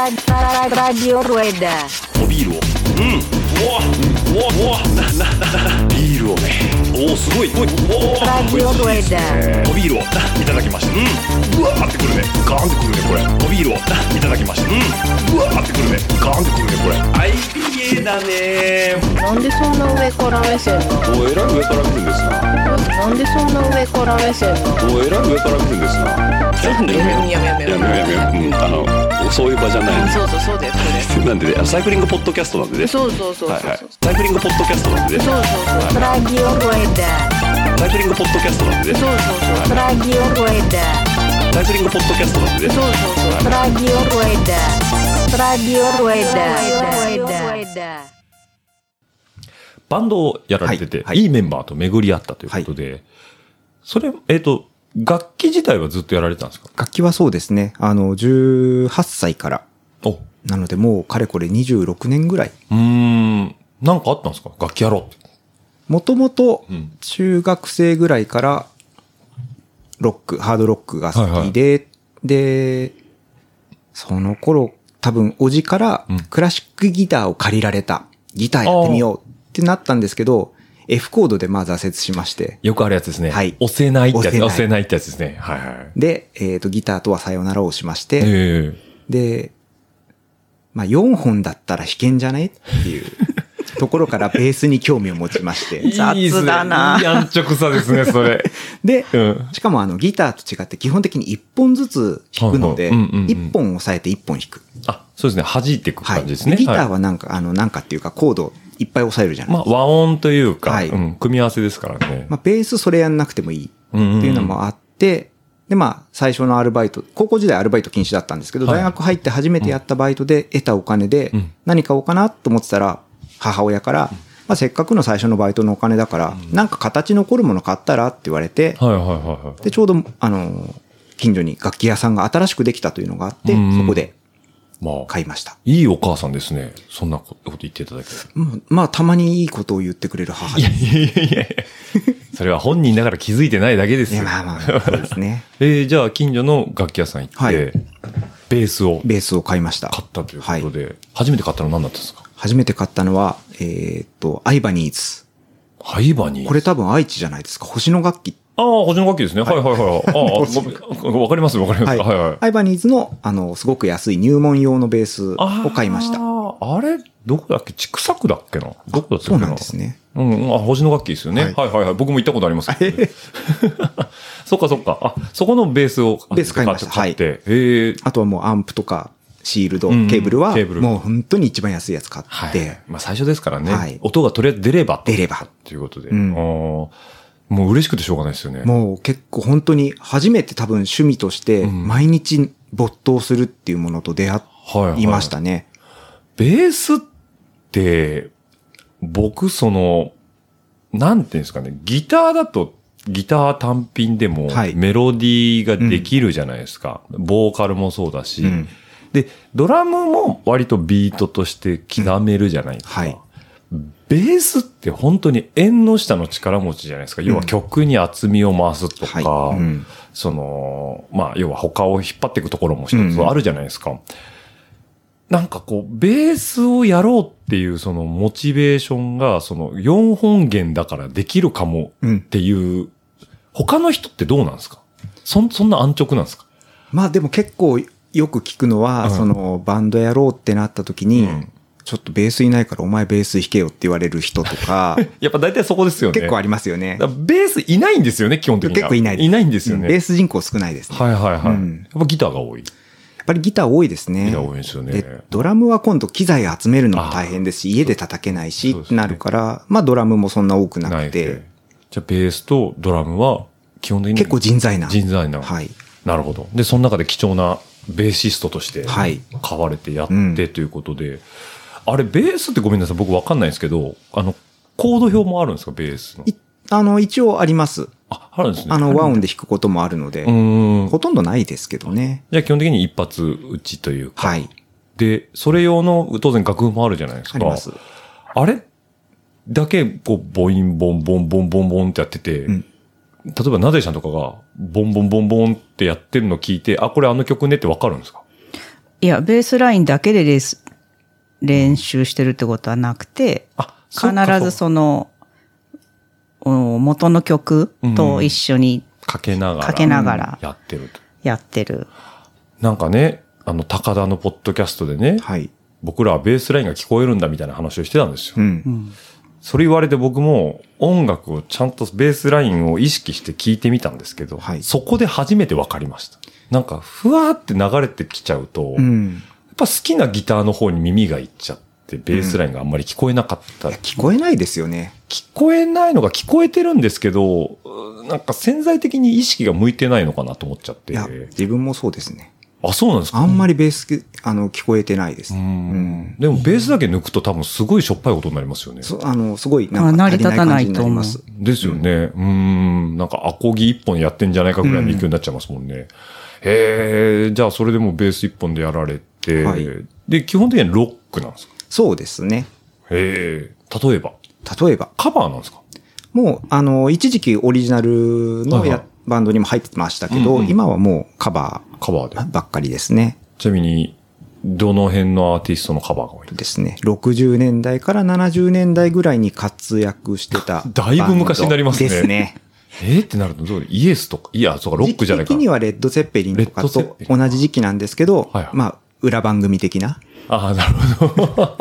Radio Rueda. おビールをうんうわうわうわななななビールをねおおすごいおいお Radio お Rueda. おビールをないただきましたうんうわーってくるねガーンってくるねこれおビールをないただきましたうんうわーってくるねガーンってくるねこれ IPA だねなんでそんな上から目線なのおえらい上から来るんですななんでそんな上から目線なのおえらい上から来るんですなちょっとねやめやめややめやめやめうんあのそういう場じゃないそうそうそうだよそなんでねサイクリングポッドキャストなんでねれそうそうそうそうはいそうはいサイクリングポッドキャストなんでねそうそうそう Radio Rueda. サイクリングポッドキャストなんでねそうそうそう Radio Rueda. サイクリングポッドキャストなんでねそうそうそう Radio Rueda. Radio Rueda. Radio Rueda. バンドをやられてて、はいいはいメンバーと巡り合ったということで、それ、えっ、と、楽器自体はずっとやられてたんですか楽器はそうですね。あの、18歳から。おうなので、もう、かれこれ26年ぐらい。ーん、なんかあったんですか楽器やろうって。もともとうん、中学生ぐらいから、ロック、ハードロックが好きで、で、その頃、多分、おじからうん、クラシックギターを借りられた。ギターやってみようってなったんですけど、F コードでまあ挫折しまして。よくあるやつですね。はい押せないってやつ。押せ押せなないいってやつですね。はいはい。で、えっ、と、ギターとはさよならをしまして、えで、まあ、4本だったら弾けんじゃないっていうところからベースに興味を持ちましえて。雑だないいっすねいい安直さですね、それ。で、うん。しかもあのギターと違って基本的に1本ずつ弾くので、はいはいうんうんうん1本押さえて1本弾く。あ、そうですね。弾いていくはい。感じですね。ギターいはなんか、あの、なんかっていうかコードいっぱい押さえるじゃないまあ、和音というか、はいうん、組み合わせですからね。まあ、ベースそれやんなくてもいいってうんうんいうのもあって、で、まあ、最初のアルバイト、高校時代アルバイト禁止だったんですけど、はい大学入って初めてやったバイトで得たお金でうん、何買おうかなと思ってたら、母親から、まあ、せっかくの最初のバイトのお金だから、なんか形残るもの買ったらって言われて、はいはいはいはで、ちょうど、あの、近所に楽器屋さんが新しくできたというのがあって、うんうんそこでい。まあ、買いました。いいお母さんですね。そんなこと言っていただけて。うんまあ、たまにいいことを言ってくれる母いやでいやいやいやいやそれは本人だから気づいてないだけですす。いよや、。まあまあ、そうですね。えーじゃあ近所の楽器屋さん行って、はいベースをベースを買いました。買ったということで、初めて買ったの何だったんですか初めて買ったのは、えーっと、アイバニーズ。ハイバニー。これ多分愛知じゃないですか。星の楽器。ああ、補助の楽器ですね。はいはい はい。ああごめん、わかりますわかります。はいはい。アイバニーズの、あの、すごく安い入門用のベースあーを買いました。あれ、どこだっけ千種区だっけなどこだったっけなそうなんですね。うんうん、あ、星の楽器ですよね。ははいいはいはい。僕も行ったことありますけど。 そっかそっか。あ、そこのベースをベース買いました買って。えーあとはもうアンプとか、シールド、うんケーブルは、ケーブルもう本当に一番安いやつ買はっい。て、まあ最初ですからね。はい音がとりあえず出ればと。出ればということで。うんあーもう嬉しくてしょうがないですよね。もう結構本当に初めて多分趣味として、ん毎日没頭するっていうものと出会はいはいいましたね。ベースって、僕その、なんていうんですかね、ギターだと、ギター単品でもはいメロディーができるじゃないですか。ボーカルもそうだし、うんで、ドラムも割とビートとして刻めるじゃないですか。うんはいベースって本当に縁の下の力持ちじゃないですか。要は曲に厚みを増すとか、はいうんその、まあ、要は他を引っ張っていくところも一つあるじゃないですか。なんかこう、ベースをやろうっていうそのモチベーションが、その4本弦だからできるかもうんっていう、他の人ってどうなんですかそん、そんな安直なんですかまあでも結構よく聞くのは、うんそのバンドやろうってなった時に、んちょっとベースいないからお前ベース弾けよって言われる人とか、 やっぱ大体そこですよね。結構ありますよねだ。からベースいないんですよね、基本的に結は。構いないです。いないんですようね。ベース人口少ないですね。はいはいはい。うんやっぱギターが多い。やっぱりギター多いですね。ギター多いですよねで、ドラムは今度機材集めるのも大変ですし、家で叩けないし、そうでっすてねなるから、まあドラムもそんな多くななくいてで、。じゃあベースとドラムは基本的に結構人材な。人材な。はい。なるほど。で、その中で貴重なベーシストとして、はい買われてやっうんてということで、あれ、ベースってごめんなさい、僕わかんないんですけど、あの、コード表もあるんですか、ベースのい。あの、一応あります。あ、あるんですね。あの、和音で弾くこともあるのでう、ーん。ほとんどないですけどね。じゃあ基本的に一発打ちというか。はい。で、それ用の、当然楽譜もあるじゃないですか。あります。あれだけ、こう、ボインボンボンボンボンボンってやってて、ん例えばなぜちゃんとかが、ボンボンボンボンってやってるの聞いて、あ、これあの曲ねってわかるんですかいや、ベースラインだけでレース練習してるってことはなくて、あ、必ずう。その、お元の曲と一緒にかけながら。かけながらやってると。やってる。なんかね、あの、高田のポッドキャストでね、はい。僕らはベースラインが聞こえるんだみたいな話をしてたんですよ。うん。それ言われて僕も音楽をちゃんとベースラインを意識して聞いてみたんですけど、はいそこで初めて分かりました。なんか、ふわーって流れてきちゃうと、うやっん。ぱ好きなギターの方に耳がいっちゃって、ベースラインがあんまり聞こえなかった。聞こえないですよね。聞こえないのが聞こえてるんですけど、うーなんか潜在的に意識が向いてないのかなと思っちゃっいてや、。自分もそうですね。あ、そうなんですかあんまりベース、あの、聞こえてないです。うねん。でもベースだけ抜くと多分すごいしょっぱいことになりますよね。そあの、すごい、なんかあ足りない感じになりま成り立たないとす。ですよね。うーん。なんかアコギ一本やってんじゃないかぐらいの勢いになっちゃいますもんね。へえ、じゃあそれでもうベース一本でやられて、はいで、基本的にはロックなんですかそうですね。へえ、例えば、例えば、カバーなんですかもう、あの、一時期オリジナルのはいはやいバンドにも入ってましたけど、うんうん今はもうカバカバーでー。ばっかりですね。ちなみに、どの辺のアーティストのカバーが多いです。ですね。60年代から70年代ぐらいに活躍してただいぶ昔になりますねですね。かえーってなるとどうイエスとか、いや、そうか、ロックじゃない時か期。的にはレッド・セッペリンとかレッドゼッとペリン同じ時期なんですけど、はいはいまあ、裏番組的な、ああ、なるほど。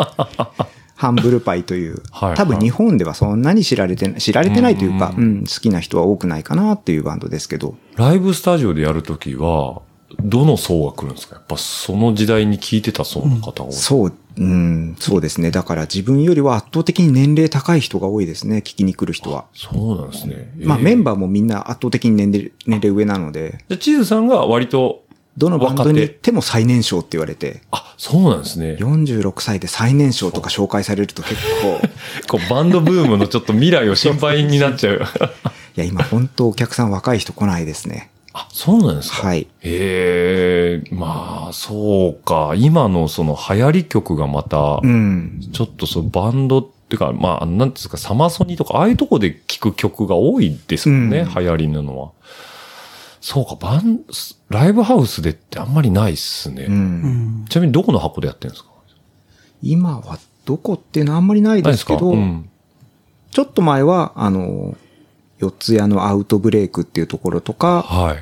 ハンブルパイという、 はい多分はい日本ではそんなに知られてな、知られてないというか、うん好きな人は多くないかなっていうバンドですけど、 ライブスタジオでやるときは、どの層が来るんですかやっぱその時代に聞いてた層の方が多い。そう、うん、そうですね。だから自分よりは圧倒的に年齢高い人が多いですね、聞きに来る人は。そうなんですね。まあ、メンバーバーもみんな圧倒的に年齢年齢上なので、じゃあチーズさんが割と、どのバンドに行っ若手ても最年少って言われて、あ、そうなんですね。 46歳で最年少とか紹介されると結構、いこうバンドブームのちょっと未来を心配になっ ちゃう。や、今本当お客さん若い人来ないですね。あ、そうなんですか。はい。へえ、まあ、そうか。今のその流行り曲がまたう、ん。ちょっとそのバンドっていうか、まああの、なんていうんですか、サマソニーとか、ああいうとこで聴く曲が多いですもんね、うん流行りなのは。そうか、バン、ライブハウスでってあんまりないっすね。うんうんちなみにどこの箱でやってるんですか今はどこっていうのはあんまりないないでですすけかど、うん。ちょっと前は、あの、四ツ谷のアウトブレイクっていうところとか、はい。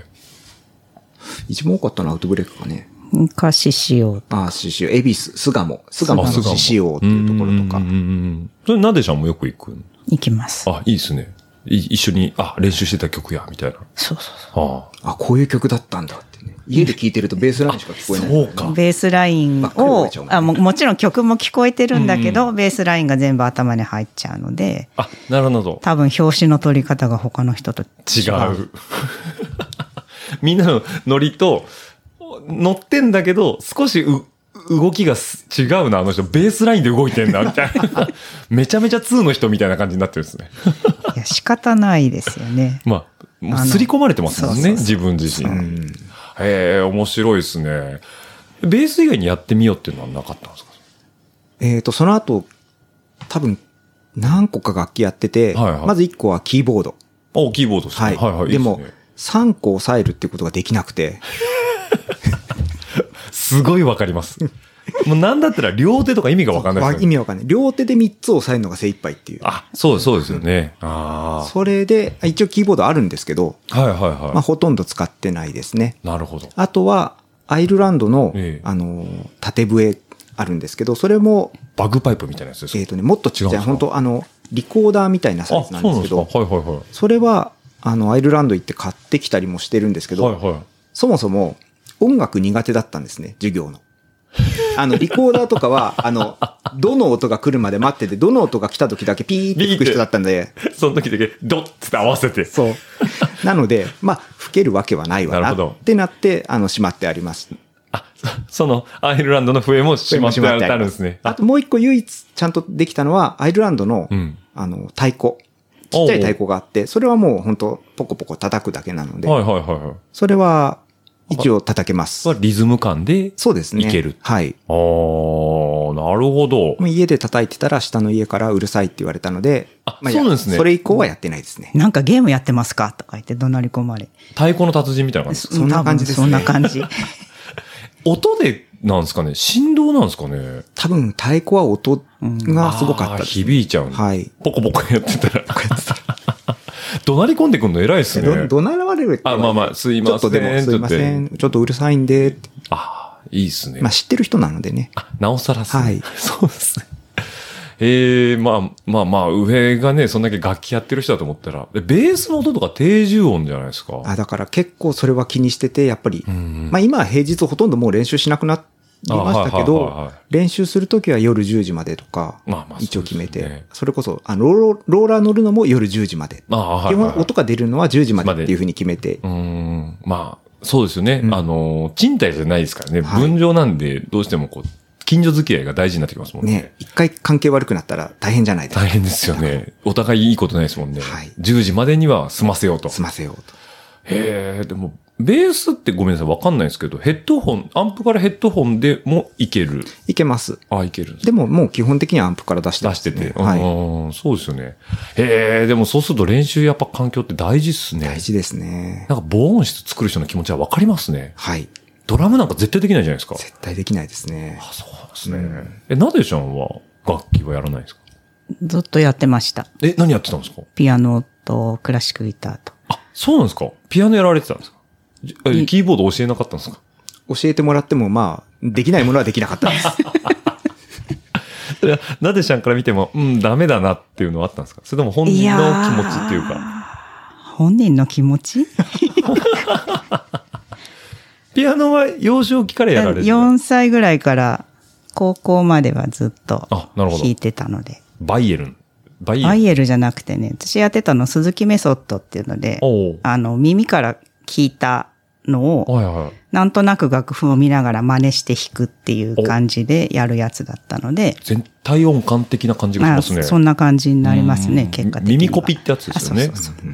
一番多かったのはアウトブレイクかね。昔しよう。ああ、しし恵比寿、巣鴨、巣鴨のあ巣鴨獅子王っていうところとかうんうん。うんうんそれ、なでちゃんもよく行く行きます。あ、いいですね。い一緒に、あ、練習してた曲や、みたいな。そうそうそああ、こういう曲だったんだってね。家で聴いてるとベースラインしか聞こえない。そうかう。。ベースライン真っ黒がを出ちゃうもん、ねあももちろん曲も聞こえてるんだけど、ベースラインが全部頭に入っちゃうので、あ、なるほど。多分表紙の取り方が他の人と違う。 みんなのノリと、乗ってんだけど、少しう動きがす違うな、あの人。ベースラインで動いてんな、みたい な。めちゃめちゃ2の人みたいな感じになってるんですね。。いや、仕方ないですよね まあ、もうあの刷り込まれてますもんね、そうそうそう自分自身。へえ、面白いですね。ベース以外にやってみようっていうのはなかったんですかえっと、その後、多分、何個か楽器やってて、はいはいまず1個はキーボード。あ、キーボードですね。はい。はいはい。でいもいっすね、 3個押さえるってことができなくて、すごいわかります。 もうなんだったら両手とか意味がわかんないわです意よね。味わかんない。両手で3つ押さえるのが精一杯っていう。あ、そうです、そうですよね。あそれで、あ一応キーボードあるんですけど、あ。はいはいはい。まあ、ほとんど使ってないですね。なるほど。あとは、アイルランドの、ええあの、縦笛あるんですけど、それも、バグパイプみたいなやつですか、えっ、とね、もっとちっ違うんちゃでい、すか本当あの、リコーダーみたいなサイあ、ズそなうんでなすんけですかど、はいはいはい。それは、あの、アイルランド行って買ってきたりもしてるんですけど、はいはい。そもそも音楽苦手だったんですね、授業の。あ の、リコーダーとかは、あの、どの音が来るまで待ってて、どの音が来た時だけピーって吹く人だったんで、その時だけ、ドッつって合わせて。そう。なので、まあ、吹けるわけはないわなな、るほどってなって、あの、しまってあります。あ、そその、アイルランドの笛もしまってあるんですね。あともう一個唯一ちゃんとできたのは、アイルランドの、うんあの、太鼓。ちっちゃい太鼓があって、それはもう本当ポコポコ叩くだけなので、はいはいはいはい。それは一応叩けますは。リズム感で、そうですね。いけるはい。あー、なるほど。もう家で叩いてたら下の家からうるさいって言われたので、あいやそうなんですねそれ以降はやってないですね。なんかゲームやってますかとか言って怒鳴り込まれ。太鼓の達人みたいな感じ。そんな感じですね多分そんな感 じ。音で、なんですかね振動なんですかね多分太鼓は音がすごかったあーです。響いちゃうんだはい。ポコポコやってたら。怒鳴り込んでくんの偉いっすどね。怒鳴られるってあ、まあまあ、すいちょまっとせん。でもすいませって。ん。ちょっとうるさいんで、ああ、いいっすね。まあ知ってる人なのでね。あ、なおさらっすね。はいそうですね。ええまあまあまあ、上がね、そんだけ楽器やってる人だと思ったら、えベースの音とか低重音じゃないですか。あだから結構それは気にしてて、やっぱり、んまあ今は平日ほとんどもう練習しなくなりましたけあはいはいはいどはい、練習するときは夜10時までとかまあまあ、一応決めて、そうそですねれこそあローローローラー乗るのも夜10時まで。ああ、は基いはい、本はい。音が出るのは10時までっていうふうに決めてう、ーん、まあ、そうですよね。うんあの、賃貸じゃないですからね。はい分譲なんで、どうしてもこう、近所付き合いが大事になってきますもんね。ね、一回関係悪くなったら大変じゃないです大か。変ですよね。お互いいいことないですもんね。はい10時までには済ませようと。済ませようと。へえ、でも、ベースってごめんなさい、わかんないですけど、ヘッドホン、アンプからヘッドホンでもいける。いけます。あ、いけるんですねでももう基本的にはアンプから出してま出しすてね、て。はい。うんそうですよね。へえ、でもそうすると練習やっぱ環境って大事っすね。大事ですね。なんか防音室作る人の気持ちはわかりますね。はい。ドラムなんか絶対できないじゃないですか。絶対できないですね。あ、そうなんですね。え、なでちゃんは楽器はやらないんですかずっとやってました。え、何やってたんですかピアノとクラシックギターと。あ、そうなんですかピアノやられてたんですかじえいキーボード教えなかったんですか教えてもらっても、まあ、できないものはできなかった です。いやなでちゃんから見ても、うん、ダメだなっていうのはあったんですかそれとも本人の気持ちっていうか。か。本人の気持ちピアノは幼少期から やられてた ?4 歳ぐらいから高校まではずっとあなるほど弾いてたので。バイエルン。バイエルン。バイエルじゃなくてね、私やってたの鈴木メソッドっていうので、おうあの、耳から聞いたのを、はいはい。なんとなく楽譜を見ながら真似して弾くっていう感じでやるやつだったので、全体音感的な感じがしままあ、すね。そんな感じになりますね、結果的には。耳コピってやつですよねあそうそうそう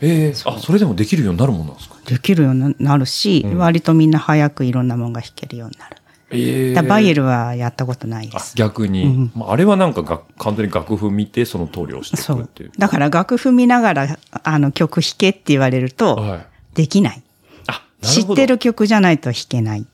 ええあ、それでもできるようになるもんなんですかできるようになるし、割とみんな早くいろんなもんが弾けるようになる。ええだからバイエルはやったことないであす。逆に、まあ。あれはなんかが完全に楽譜見て、その通りをしてそいくっうていう。。だから楽譜見ながら、あの曲弾けって言われると、はいできない。あ、な知るっほど。てる曲じゃないと弾けない。っ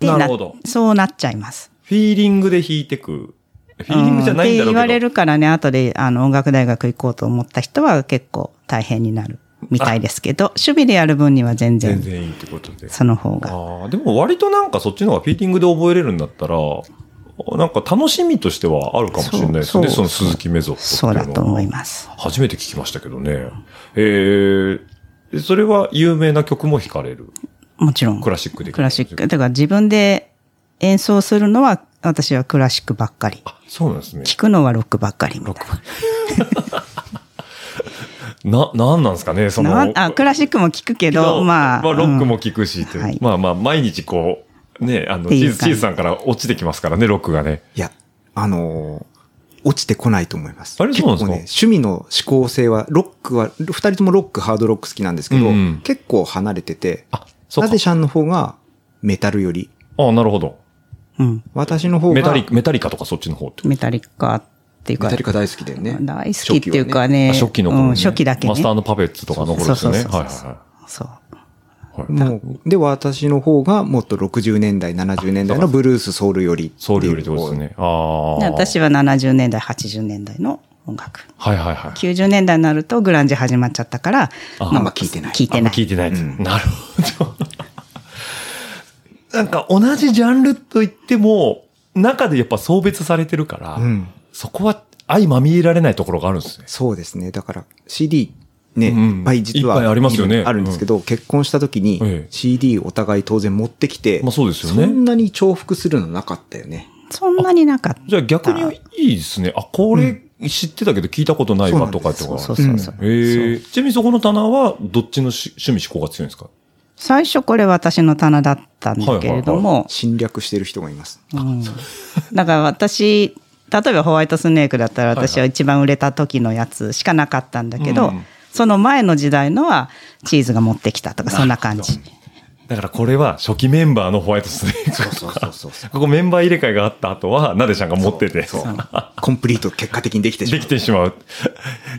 てなるほどそうなっちゃいます。フィーリングで弾いてく。フィーリングじゃないんだろうけど。うんって言われるからね、後であの音楽大学行こうと思った人は結構大変になるみたいですけど、趣味でやる分には全全然然いいってことで。その方が。ああ、でも割となんかそっちの方がフィーリングで覚えれるんだったら、なんか楽しみとしてはあるかもしれないですね。そうその鈴木メゾットそっうていだうのは。と思います。初めて聞きましたけどね。ええそれは有名な曲も弾かれる。もちろん。クラシックで。クラシック。。だから自分で演奏するのは私はクラシックばっかり。あ、そうなんですね。聞くのはロックばっかりみたいな。な、なんなんですかね、その。 なんあクラシックも聞くけけどど、まあ。ロックうんも聴くし、というはいまあまあ、毎日こう、ね、あの、ってチいーうズ、感チじーズさんから落ちてきますからね、ロックがね。いや、あのー落ちてこないと思います。あれそうなんです結構かね、趣味の指向性は、ロックは、二人ともロック、ハードロック好きなんですけど、うんうん結構離れてて、あ、そうなかぜ。シャンの方がメタルより、あなるほど。うん。私の方がメタリ、メタリカとかそっちの方って。メタリカっていうか。メタリカ大好きだよね。大好きっていうか初期はね。ね。あ初期の頃、ねうん初期だけね。マスターのパペッツとかの頃ですよね。はいそうそうはいそうそうはそい。う。はい、もう、で、私の方がもっと60年代、70年代のブルース、ソウルより。ソウルよりってことです。ね。あであ。私は70年代、80年代の音楽。はいはいはい。 90年代になるとグランジ始まっちゃったから、ああんま聞いてない聞いてあんまない。聞いてないです。うんなるほど。 なんか同じジャンルと言っても、中でやっぱ送別されてるから、うん。そこは相まみえられないところがあるんですね。そうですね。だから、CD、ね、うんうんいっぱい実はいっぱいありますよねあるんですけど、結婚した時にええ CD お互い当然持ってきて、まあそうですよそんね。なに重複するのなかったよね。そんなになかった。じゃあ逆にいいですね。あ、これ知ってたけど聞いたことないわとかってそこうとそうか。そうそう。えー、ちなみにそこの棚はどっちのし趣味思考が強いんですか最初これ私の棚だったんだけれども、侵略してる人がいます。うんだから私、例えばホワイトスネークだったら私は一番売れた時のやつしかなかったんだけど、うんその前の時代のはチーズが持ってきたとか、そんな感じ。だからこれは初期メンバーのホワイトスネーク。そうそうそうそう。ここメンバー入れ替えがあった後は、なでちゃんが持ってて、そう。コンプリート結果的にできてしまでうき。てしまう。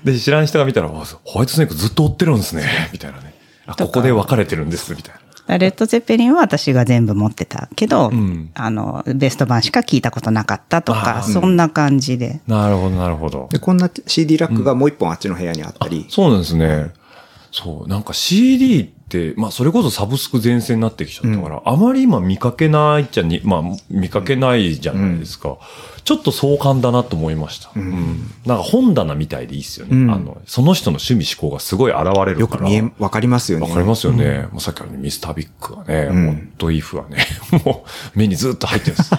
で、知らん人が見たら、わホワイトスネークずっと追ってるんですね、みたいなね。あ、ここで分かれてるんです、みたいな。レッド・ゼッペリンは私が全部持ってたけど、んあの、ベスト版しか聞いたことなかったとあか、ーそんな感じで。なるほど、なるほど。で、こんな CD ラックがもう一本あっちの部屋にあったり、そうなんですね。そう。なんか CD って、まあそれこそサブスク前線になってきちゃったから、あまり今見かけないじゃに、まあ見かけないじゃないですか。ちょっと壮観だなと思いました。うんなんか本棚みたいでいいっすよね。うんあの、その人の趣味思考がすごい現れるよかくら。見え、わかりますよね。わかりますよね。もうさっきからねミスタービッグはね、うんもうドイフはね、 もう目にずっと入ってる んです。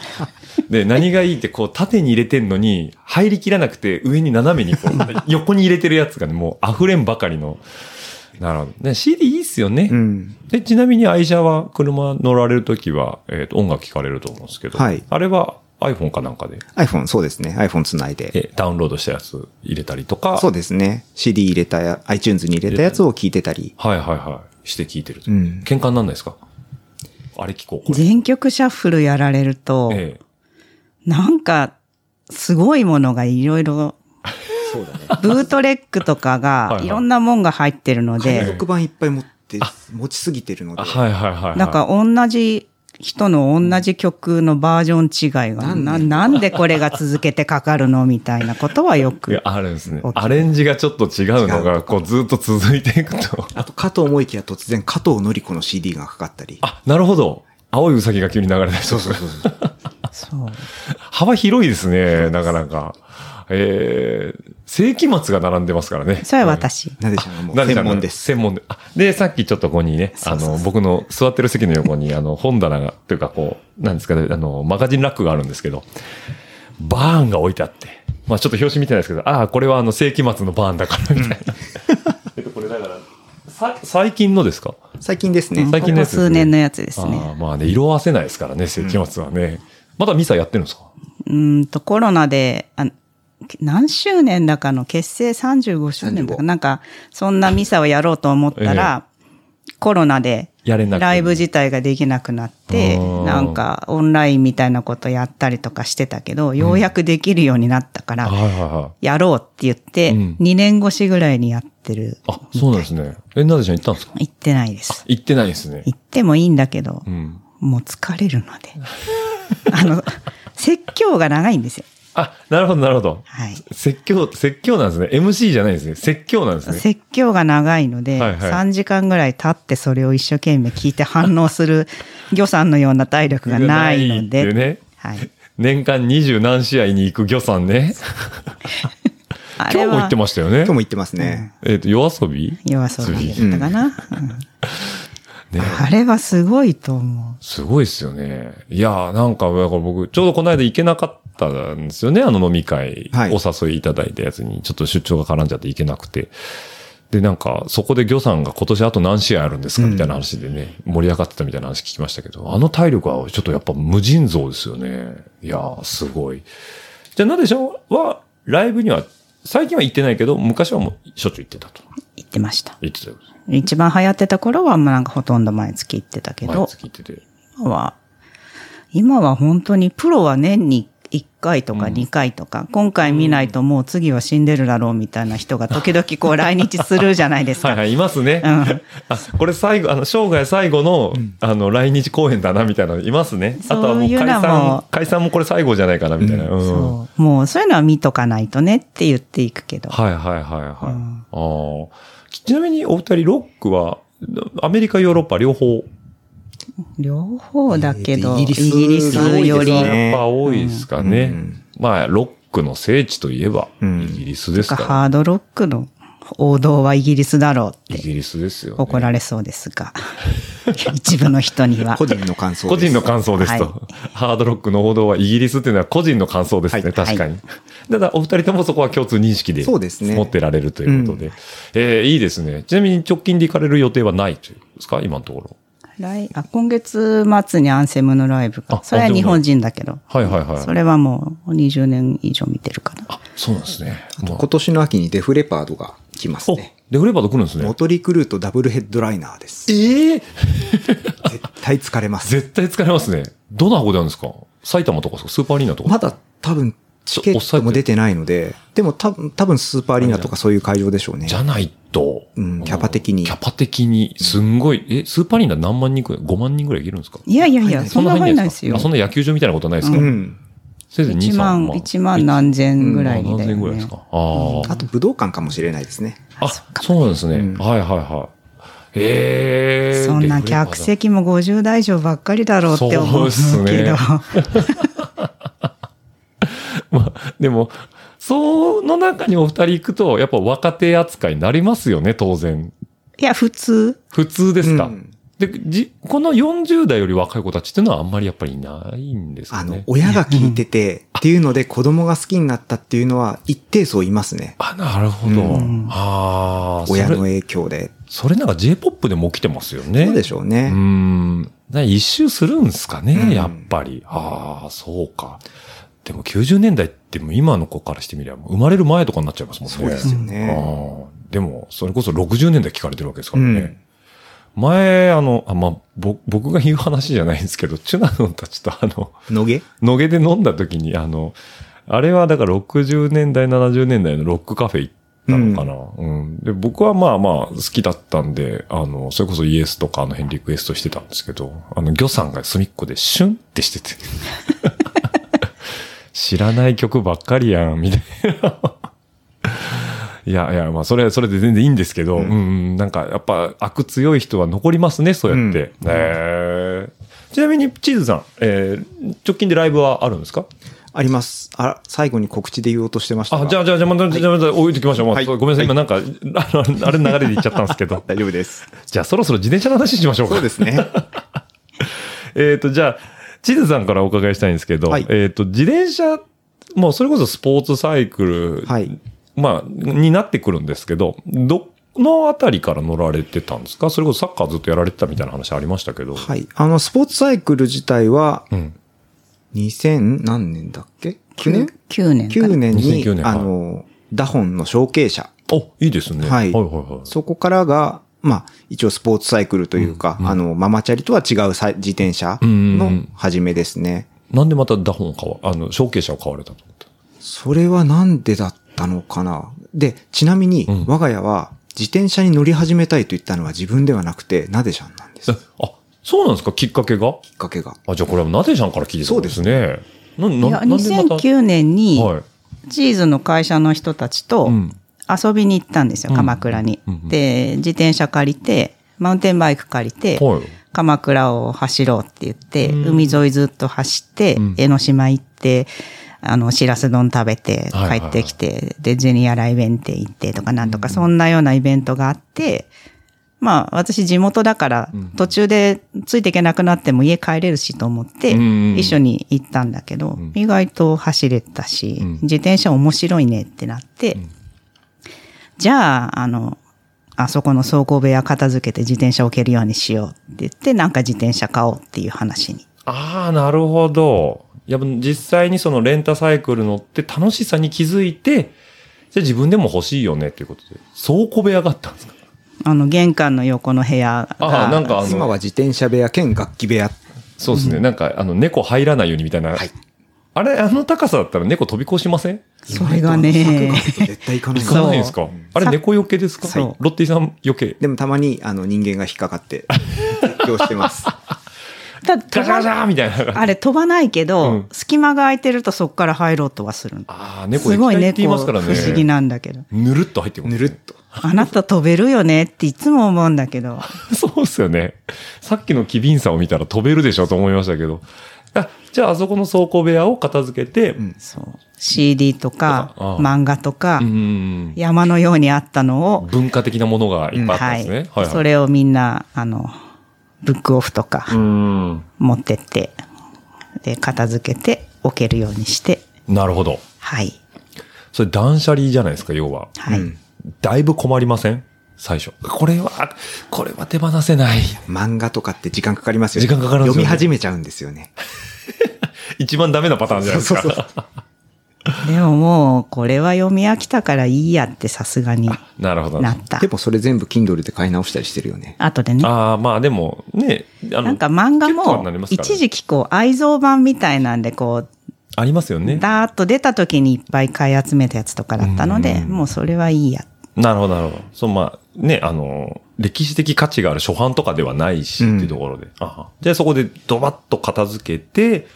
で、何がいいってこう縦に入れてんのに、入りきらなくて上に斜めにこう、横に入れてるやつがね、もう溢れんばかりの。なるほど。ね、CD いいっすよね。うん。で、ちなみに愛車は車乗られるときは、えっ、と、音楽聴かれると思うんですけど、はいあれは iPhone かなんかで、 iPhone、そうですね。iPhone つないで。えダウンロードしたやつ入れたりとか、そうですね。CD 入れたや、iTunes に入れたやつを聞いてたり。はいはいはい、して聴いてると。うん喧嘩になんないですかあれ聞こう、これ。全曲シャッフルやられると、ええなんか、すごいものがいろいろ、そうだね。ブートレックとかはいがはいいろんなもんが入ってるの海で、賊版いっぱい持って、持ちすぎてるので。はいはいはい、はい。なんか同じ人の同じ曲のバージョン違いが、ななんでこれが続けてかかるのみたいなことはよいやく。あるんですね大。きいアレンジがちょっと違うのが、こうずっと続いていくと。 あと、かと思いきや突然、加藤のり子の CD がかかったり。あ、なるほど。青いウサギが急に流れたりそとうかそうそうそう。そう。幅広いですね、なかなか。えー、世紀末が並んでますからね。それは私。なでちゃんはもう なちゃ専んが門です。専門で。あで、さっきちょっとここにね、あの、僕の座ってる席の横に、あの、本棚が、というかこう、なんですかね、あの、マガジンラックがあるんですけど、バーンが置いてあって、まあちょっと表紙見てないですけど、ああ、これはあの、世紀末のバーンだから、みたいな。え っと、これだから、さ最近のですか最近ですね。最近のやこつですこね数年のやつですね。ああまあね、色褪せないですからね、世紀末はね。まだミサやってるんですかうーんと、コロナで、あ何周年だかの結成35周年だか、 35なんか、そんなミサをやろうと思ったら、コロナで、やれなくてライブ自体ができなくなってあー、なんか、オンラインみたいなことやったりとかしてたけど、ようやくできるようになったから、はいはいはい。やろうって言って、うん2年越しぐらいにやってる。あ、そうなんですね。え、なでちゃん行ったんですか行ってないです。行ってないですね。行ってもいいんだけど、うん。もう疲れるので。 あの、説教が長いんですよ。あ、なるほど、なるほど。はい。説教、説教なんですね。MC じゃないですね。説教なんですね。説教が長いので、はいはい3時間ぐらい経ってそれを一生懸命聞いて反応 する魚さんのような体力がないのないっていで、うねはい、年間二十何試合に行く魚さんね。あ 今日も行ってましたよね今日。も行ってますね。えっ、と、夜遊び弱そうだったかな、うんねあれはすごいと思すごいですよね。いやー、なんか、だから僕、ちょうどこの間行けなかったんですよね。あの飲み会、はいお誘いいただいたやつに、ちょっと出張が絡んじゃって行けなくて。で、なんか、そこで魚さんが今年あと何試合あるんですかみたいな話でね、盛り上がってたみたいな話聞きましたけど、あの体力はちょっとやっぱ無尽蔵ですよね。いやー、すごい。じゃあ、なでしょうは、ライブには、最近は行ってないけど、昔はもうしょっちゅう行ってたと。う。言ってました。言ってたよ。一番流行ってた頃は、まあなんかほとんど毎月行ってたけ毎ど、月行ってて。今は、今は本当にプロは年に1回とか2回とか、今回見ないともう次は死んでるだろうみたいな人が時々こう来日するじゃないですかはい。はい、いますね。うんあ、これ最後、あの、生涯最後の、あの、来日公演だな、みたいなのいますね。あとはもそうういう解のも散、解散もこれ最後じゃないかな、みたいな。うんそう。もうそういうのは見とかないとねって言っていくけど。はいはいはいはい。んあーちなみにお二人、ロックは、アメリカ、ヨーロッパ両方、両方だけど、えーイイギリスギリスよが多いりですやねっぱ多いですかね。うんまあ、ロックの聖地といえば、うんイギリスですなんかから、ハードロックの王道はイギリスだろうイってギリスですよ、ね。怒られそうですが、 一部の人には個。人の感想個です。人の感想ですと、はハードロックの王道はイギリスっていうのは個人の感想ですね、はい確かに。ただ、お二人ともそこは共通認識でそうですね持ってられるということで、えーいいですね。ちなみに直近で行かれる予定はないということですか、今のところ。来あ今月末にアンセムのライブあが。それは日本人だけど。はいはいはい。それはもう20年以上見てるかな。あ、そうなんですね。もう今年の秋にデフレパードが来ますね。デフレバード来るんですねモ。トリクルートダブルヘッドライナーです。ええ絶対疲れ ます。絶対疲れますね。どの箱であるんですか埼玉とかですかスーパーアリーナとかまだ多分チケットも出てないので、でも多分、多分スーパーアリーナとかそういう会場でしょうねじ。ゃないと。うん、キャパ的にキ。ャパ的に、すんごい、え、スーパーアリーナ何万人くらい ?5 万人くらいいけるんですかいやいやいや、そんな入んないですよあ。そんな野球場みたいなことないですうか、ん。せいぜい2、 1 3万、1万何千ぐらいに何だよ千ぐらいでねす。か。ああと武道館かもしれないですね。あ。あ、そうなんですね。うんはいはいはい。ええそんな客席も50代以上ばっかりだろうって思うそうっすけねど。まあ、でも、その中にお二人行くと、やっぱ若手扱いになりますよね、当然。 いや、普通。普通ですか。うんでじ、この40代より若い子たちっていうのはあんまりやっぱりいないんですあかのね、。親が聞いてて、 っていうので子供が好きになったっていうのは一定数いますね。あなるほど。うんああ、そ親のれ、影響で。それなんか J-POP でも起きてますよね。そうでしょううね。ーん。な一周するんですかね、うんやっぱり。ああ、そうか。でも90年代ってもう今の子からしてみれば、生まれる前とかになっちゃいますもんね。そうですよあね。ーでも、それこそ60年代聞かれてるわけですかうらね。ん。前、あの、あまあ、ぼ僕が言う話じゃないんですけど、チュナノンたちとあの、のげ野毛で飲んだ時に、あの、あれはだから60年代、70年代のロックカフェ行ったのかな。うん、で、僕はまあまあ好きだったんで、あの、それこそイエスとかあの辺リクエストしてたんですけど、あの、魚さんが隅っこでシュンってして て。知らない曲ばっかりやん、みたいな。いやいや、まあ、それは、それで全然いいんですけど、うん、うんなんか、やっぱ、悪強い人は残りますね、そうやって。えーちなみに、チーズさん、えー直近でライブはあるんですかあります。あ、最後に告知で言おうとしてましたが。あ、じゃあ、じゃあ、じゃあ、また、じゃあ、また、置いときましょう。まあはい。そうごめんなさい、今なんか、あの、あれ流れで言っちゃったんですけど大丈夫です。じゃあ、そろそろ自転車の話しましょうか。そうですね。えっ、と、じゃあ、チズさんからお伺いしたいんですけど、はいえっ、と、自転車、もうそれこそスポーツサイクル、はいまあ、になってくるんですけど、どのあたりから乗られてたんですかそれこそサッカーずっとやられてたみたいな話ありましたけど。はい。あの、スポーツサイクル自体は、うん。 2000何年だっけ ?9 年9年か ?9 年に2009、年あの、ダホンの承継者。お、いいですね。はいはいはいそこからが、まあ、一応スポーツサイクルというか、あの、ママチャリとは違うさ自転車の始めですね。なんでまたダホン買わ、あの、承継者を買われた と思って。それはなんでだったのかなで、ちなみに、ん我が家は、自転車に乗り始めたいと言ったのは自分ではなくて、なでしゃんなんです。きえあ、そうなんですかきっかけがっかけが。あ、じゃあこれはなでちゃんから聞いてたんですね。そうですいな、やな、なんでまた2009年に、はい。チーズの会社の人たちとうん遊びに行ったんですよ、うん鎌倉に、うんうんで、自転車借りて、マウンテンバイク借りて、はい。鎌倉を走ろうって言って、うん海沿いずっと走って、うん江ノ島行って、あの、しらす丼食べてはいはいはい帰ってきて、で、ジュニアライベント行ってとかなんとか、そんなようなイベントがあって、まあ、私地元だから、途中でついていけなくなっても家帰れるしと思って、うん一緒に行ったんだけど、意外と走れたし、うん自転車面白いねってなって、じゃあ、あの、あそこの倉庫部屋片付けて自転車置けるようにしようって言って、なんか自転車買おうっていう話に。ああ、なるほど。やっぱ実際にそのレンタサイクル乗って楽しさに気づいて、じゃあ自分でも欲しいよねっていうことで。倉庫部屋があったんですかあの、玄関の横の部屋が。ああ、なんかあ今はの、自転車部屋兼楽器部屋。そうですね。なんかあの、猫入らないようにみたいな。はいあれ、あの高さだったら猫飛び越しませんそれがね意外とあの柵があると絶対行かない行そうかないんですかあれさ猫よけですかそうロッティさんよけ。でもたまに、あの、人間が引っかかって、絶叫してます。ガただ飛シャガシば、ャみたいな。あれ飛ばないけど、うん隙間が空いてるとそこから入ろうとはするのああ、猫すごい液体って猫、言いま不すからね。思議なんだけど。ぬるっと入ってくる、ぬるっと。あなた飛べるよねっていつも思うんだけど。 そうっすよね。さっきの機敏さを見たら飛べるでしょと思いましたけど。あ、じゃああそこの倉庫部屋を片付けて、うん。そう。CD とか、ああ漫画とか、ん山のようにあったのを、文化的なものがいっぱいあったんはですいね。はい、はい。それをみんな、あの、ブックオフとかうん。持ってって、で、片付けて置けるようにして、なるほど。はい。それ断捨離じゃないですか、要は。はい。だいぶ困りません最初。これは、これは手放せない。漫画とかって時間かかりますよね。時間かかるんです読よねみ始めちゃうんですよね。一番ダメなパターンじゃないですか。でももう、これは読み飽きたからいいやってさすがに なるほど。なったで。もそれ全部 Kindle で買い直したりしてるよね。後でね。ああ、まあでも、ね、あのなんか漫画結構なりもま、すからね一時期こう、愛蔵版みたいなんで、こう、ありますよね。ダーッと出た時にいっぱい買い集めたやつとかだったので、もうそれはいいや。なるほど、なるほど。そう、まあ、ね、あの、歴史的価値がある初版とかではないし、うんっていうところで。あはで、そこでドバッと片付けて、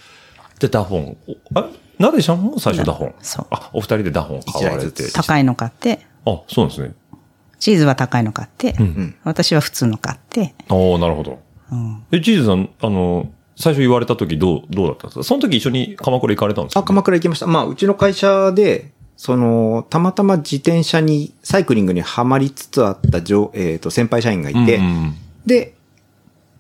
で、ダフォン。おあなでしゃんも最初ダフォン。そうあ、お二人でダフォン買われて。一台ずつあ、高いの買って、そうなんですね。チーズは高いの買って、ん私は普通の買って、おおなるほど。うんえ、チーズさん、あの、最初言われた時どう、どうだったんですかその時一緒に鎌倉行かれたんですか、あ、鎌倉行きました。まあ、うちの会社で、その、たまたま自転車に、サイクリングにはまりつつあった上、えっ、と、先輩社員がいて、うんうんで、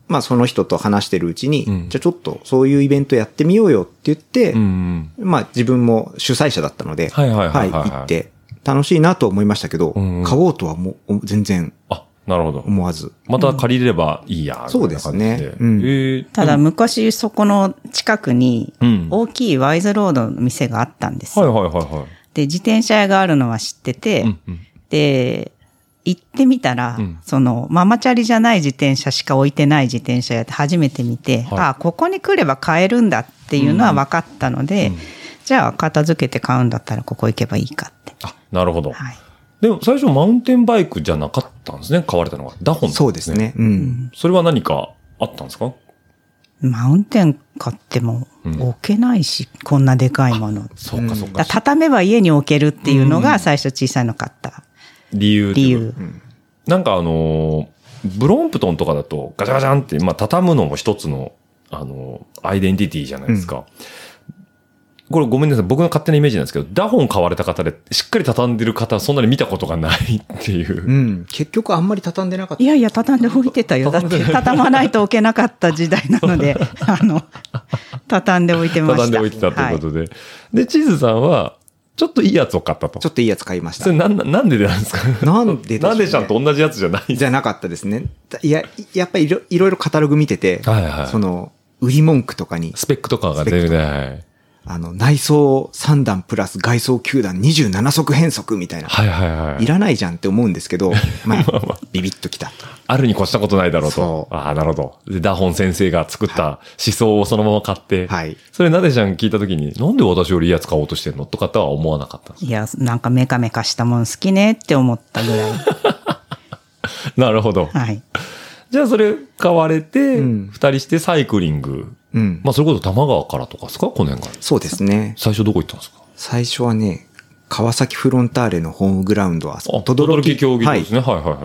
まあ、その人と話してるうちに、うんじゃあちょっと、そういうイベントやってみようよって言って、うんうん。まあ、自分も主催者だったので、はいはいはいはいはい行って、楽しいなと思いましたけど、うんうん買おうとはもう、全然あ、なるほど。思わず。また借りればいいや、みたいな感じそうですねうんえーただ昔そこの近くにうん大きいワイズロードの店があったんですはいよ。はいはいはい。で、自転車屋があるのは知ってて、うんうんで、行ってみたら、うんその、ママチャリじゃない自転車しか置いてない自転車やって初めて見はて、いああ、ここに来れば買えるんだっていうのは分かったので、じゃあ片付けて買うんだったらここ行けばいいかって。あ、なるほど。はい。でも最初マウンテンバイクじゃなかったんですね、買われたのが。ダホン、そうです。ね。うん。それは何かあったんですかマウンテン買ってもうん置けないし、こんなでかいもの。そうかそうかだ。畳めば家に置けるっていうのが最初小さいの買った理由って理いう由。なんかあのーブロンプトンとかだとガチャガチャンって、まあ、畳むのも一つの、あのーアイデンティティじゃないですか。これごめんなさい。僕の勝手なイメージなんですけど、ダホン買われた方で、しっかり畳んでる方、そんなに見たことがないっていう。うん。結局あんまり畳んでなかったい。やいや、畳んで置いてたよ。だって、畳まないと置けなかった時代なので、あの、畳んで置いてました。畳んでおいてたということはで。で、チーズさんは、ちょっといいやつを買ったと。ちょっといいやつ買いましそたれ。なん、なんでなんですかなんででしょうねなんでちゃんと同じやつじゃないじゃなかったですね。いや、いやっぱりいろいろいろカタログ見てて、はいはいその、売り文句とかに、スペックとかが出ない。あの、内装3段プラス外装9段27足変速みたいな、、はいはいはいい。らないじゃんって思うんですけ ど、まあ、ビビッときた。あるに越したことないだろうとそ。うああ、なるほど。で、ダホン先生が作った思想をそのまま買って。はいそれなでちゃん聞いたときに、なんで私よりいいやつ買おうとしてんのとかとは思わなかったんでい、いや、なんかメカメカしたもん好きねって思ったぐらい。す。なる ほど。はい。じゃあそれ買われて、二、うん人してサイクリング。うん。まあそれこそ多摩川からとかですかこの辺から。そうですね。最初どこ行ったんですか最初はね、川崎フロンターレのホームグラウンドは、あ、轟競技場はでいす。ね。はい、はい、はい。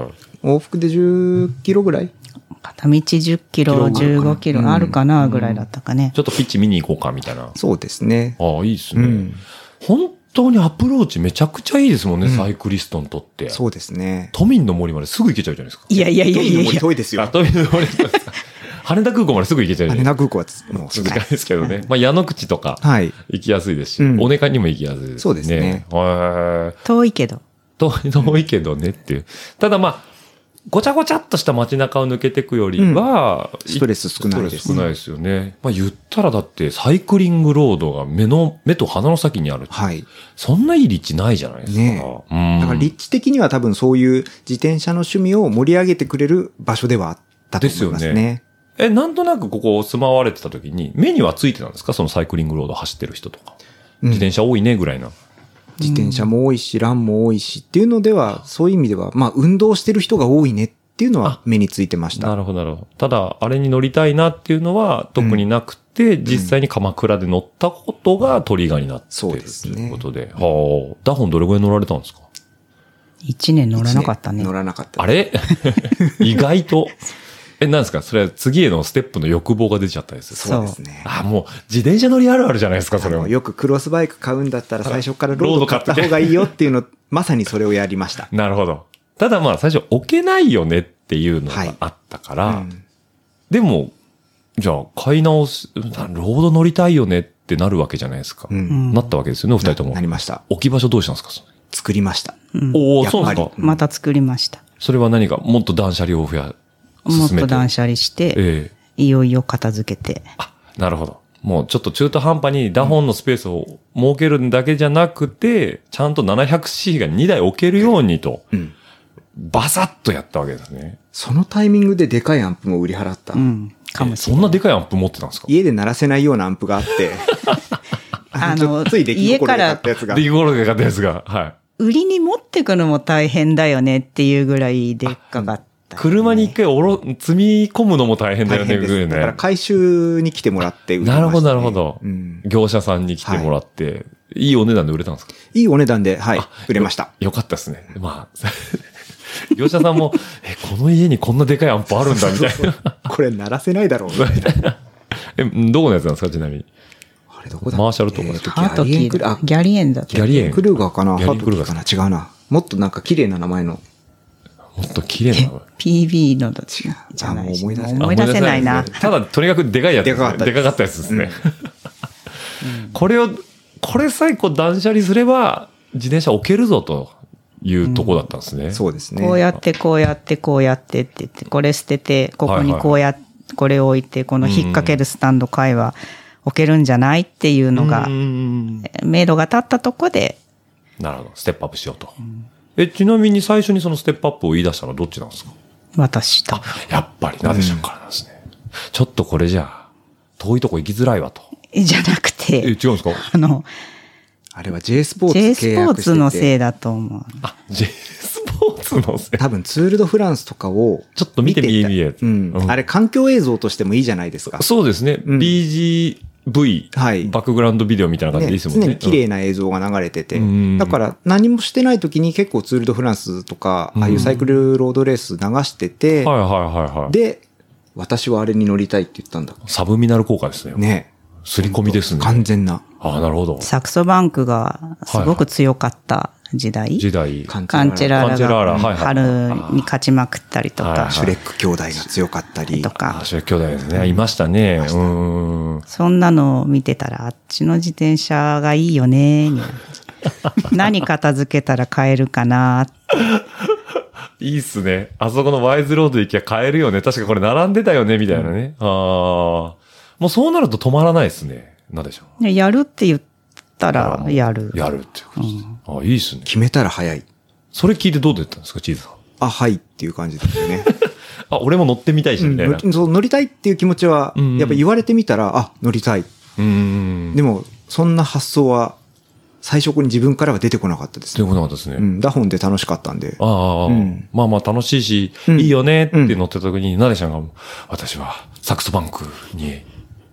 往復で10キロぐらい片道10キロ、15キロあるかなぐらいだったかねち。ょっとピッチ見に行こうかみたいな。そうですね。ああ、いいですね、うん本当にアプローチめちゃくちゃいいですもんね、サイクリストにとって。そうですね。都民の森まですぐ行けちゃうじゃないですか。いやいやいやいやいや。遠いですよあ。都民の森ですか 羽田空港まですぐ行けちゃうじゃな羽いですか。田空港はもうすちょっぐと近いですけどね。まあ、矢野口とか、はい。行きやすいですし、うんおねかにも行きやすいですね。そうですねはい。遠いけど。遠い遠いけどねっていう。ただまあ、ごちゃごちゃっとした街中を抜けていくよりは、ストレス少ないですねストレス少ないですよね。まあ言ったらだってサイクリングロードが目の、目と鼻の先にある。はい。そんないい立地ないじゃないですか。ねうん。だから立地的には多分そういう自転車の趣味を盛り上げてくれる場所ではあったと思いまですすね。よねえ、なんとなくここを住まわれてた時に、目にはついてたんですかそのサイクリングロード走ってる人とか。うん自転車多いねぐらいな。自転車も多いし、ランも多いしっていうのでは、そういう意味では、まあ運動してる人が多いねっていうのあは目についてましなた。るほど、なるほど。ただ、あれに乗りたいなっていうのは特になくて、実際に鎌倉で乗ったことがトリガーになってるそうですねということで。はあ。ダホンどれぐらい乗られたんですか1年乗らなかったね乗。らなかった。あれ 意外と。え、なんですかそれは次へのステップの欲望が出ちゃったですそうですね。あ、もう自転車乗りあるあるじゃないですか、そあれはの。よくクロスバイク買うんだったら最初からローロードド買買っってた方がいいよっていうの、まさにそれをやりました。なるほど。ただまあ、最初置けないよねっていうのはがいあったから、うんでも、じゃあ買い直す、なロード乗りたいよねってなるわけじゃないですか。うんんなったわけですよね、お二人ともな。りました。置き場所どうしたんですかそれ作りました。おおやっそうなぱんりですか。また作りました。それは何か、もっと断捨離を増や、もっ進めとて断捨離して、ええいよいよ片付けて。あ、なるほど。もうちょっと中途半端にダホンのスペースを設けるだけじゃなくて、ちゃんと 700C が2台置けるようにと、うん。バサッとやったわけですね。そのタイミングででかいアンプも売り払った。うん。かもしそんなでかいアンプ持ってたんですか家で鳴らせないようなアンプがあって、 あのちょっとつい出来心で買ったやつが。出来頃で買ったやつが。はい。売りに持ってくのも大変だよねっていうぐらいでっかかった。車に一回おろ、積み込むのも大変だよ大ね、変ぐでらいす。だからね。回収に来てもらって売りましなたねるほど、なるほどうん。業者さんに来てもらって、いいお値段で売れたんですかいいお値段で、はい、売れました。よかったですね。まあ、 業者さんも、え、この家にこんなでかいアンプあるんだ、みたいな。これ鳴らせないだろう、みたいな。 え、どこのやつなんですか、ちなみに。あれどこだマーシャルとかえーハートキギャリエンークルだあ、ギャリエンだってギャリエン。クルーガーかなギハーャリートクキルーガーーかな違うな。もっとなんか綺麗な名前の。もっと綺麗なの。 PB のどっちかじゃないあもう思い出せないあ思い出せないな思。ですねただ、とにかくでかいやつですね、でかかったですでかかったやつですね。これを、これさえこう断捨離すれば、自転車置けるぞというとこだったんですね。そうですね。こうやって、こうやって、こうやってって言って、これ捨てて、ここにこうやっこれを置いて、この引っ掛けるスタンド会は置けるんじゃないっていうのがう、ん明度が立ったとこで、なるほど。ステップアップしようと。え、ちなみに最初にそのステップアップを言い出したのはどっちなんですか私と。やっぱりなでしょうからなんですね。ちょっとこれじゃあ、遠いとこ行きづらいわと。じゃなくえ、違うんて、ですかあの、あれは J スポーツ J 契スポー約しててツのせいだと思う。あ、J スポーツのせい。多分ツール・ド・フランスとかをちょっと見てみた見えうんうんあれ環境映像としてもいいじゃないですか。そうですね。うん BGV、はいバックグラウンドビデオみたいな感じでいいねですもんね。常に綺麗な映像が流れてて、うんだから何もしてない時に結構ツール・ド・フランスとか、ああいうサイクルロードレース流してて、うんはいはいはいはい。で、私はあれに乗りたいって言ったんだ。サブミナル効果ですね。ね刷り込みですね。完全な。ああ、なるほど。サクソバンクがすごく強かった時代。時代。カンカンチェラカンチェラーラーはラいはいが春に勝ちまくったりとはいはかい、シュレック兄弟が強かったりと。かあ、あ、それ兄弟ですね。いましたね。うーん。そんなのを見てたら、あっちの自転車がいいよ ねに何片付けたら買えるかないいっすね。あそこのワイズロード行きゃ買えるよね。確かこれ並んでたよね、みたいなね。ああ。もうそうなると止まらないですね。なんでしょでやるって言ったらう。やる。やるっていうことですね。ああ、いいっすね。決めたら早い。それ聞いてどうだったんですか、チーズさん。あ、はいっていう感じですよ ね。あ、俺も乗ってみたいし、うみんたいな。う乗そう乗りたいっていう気持ちは、うんやっぱ言われてみたら、あ、乗りたい。ーん。でも、そんな発想は、最初に自分からは出てこなかったですという。ことなんですね。うん、ダホンで楽しかったんで。ああ、んまあまあ楽しいし、うんいいよねって乗ってた時に、ナデシャンが、私はサクソバンクに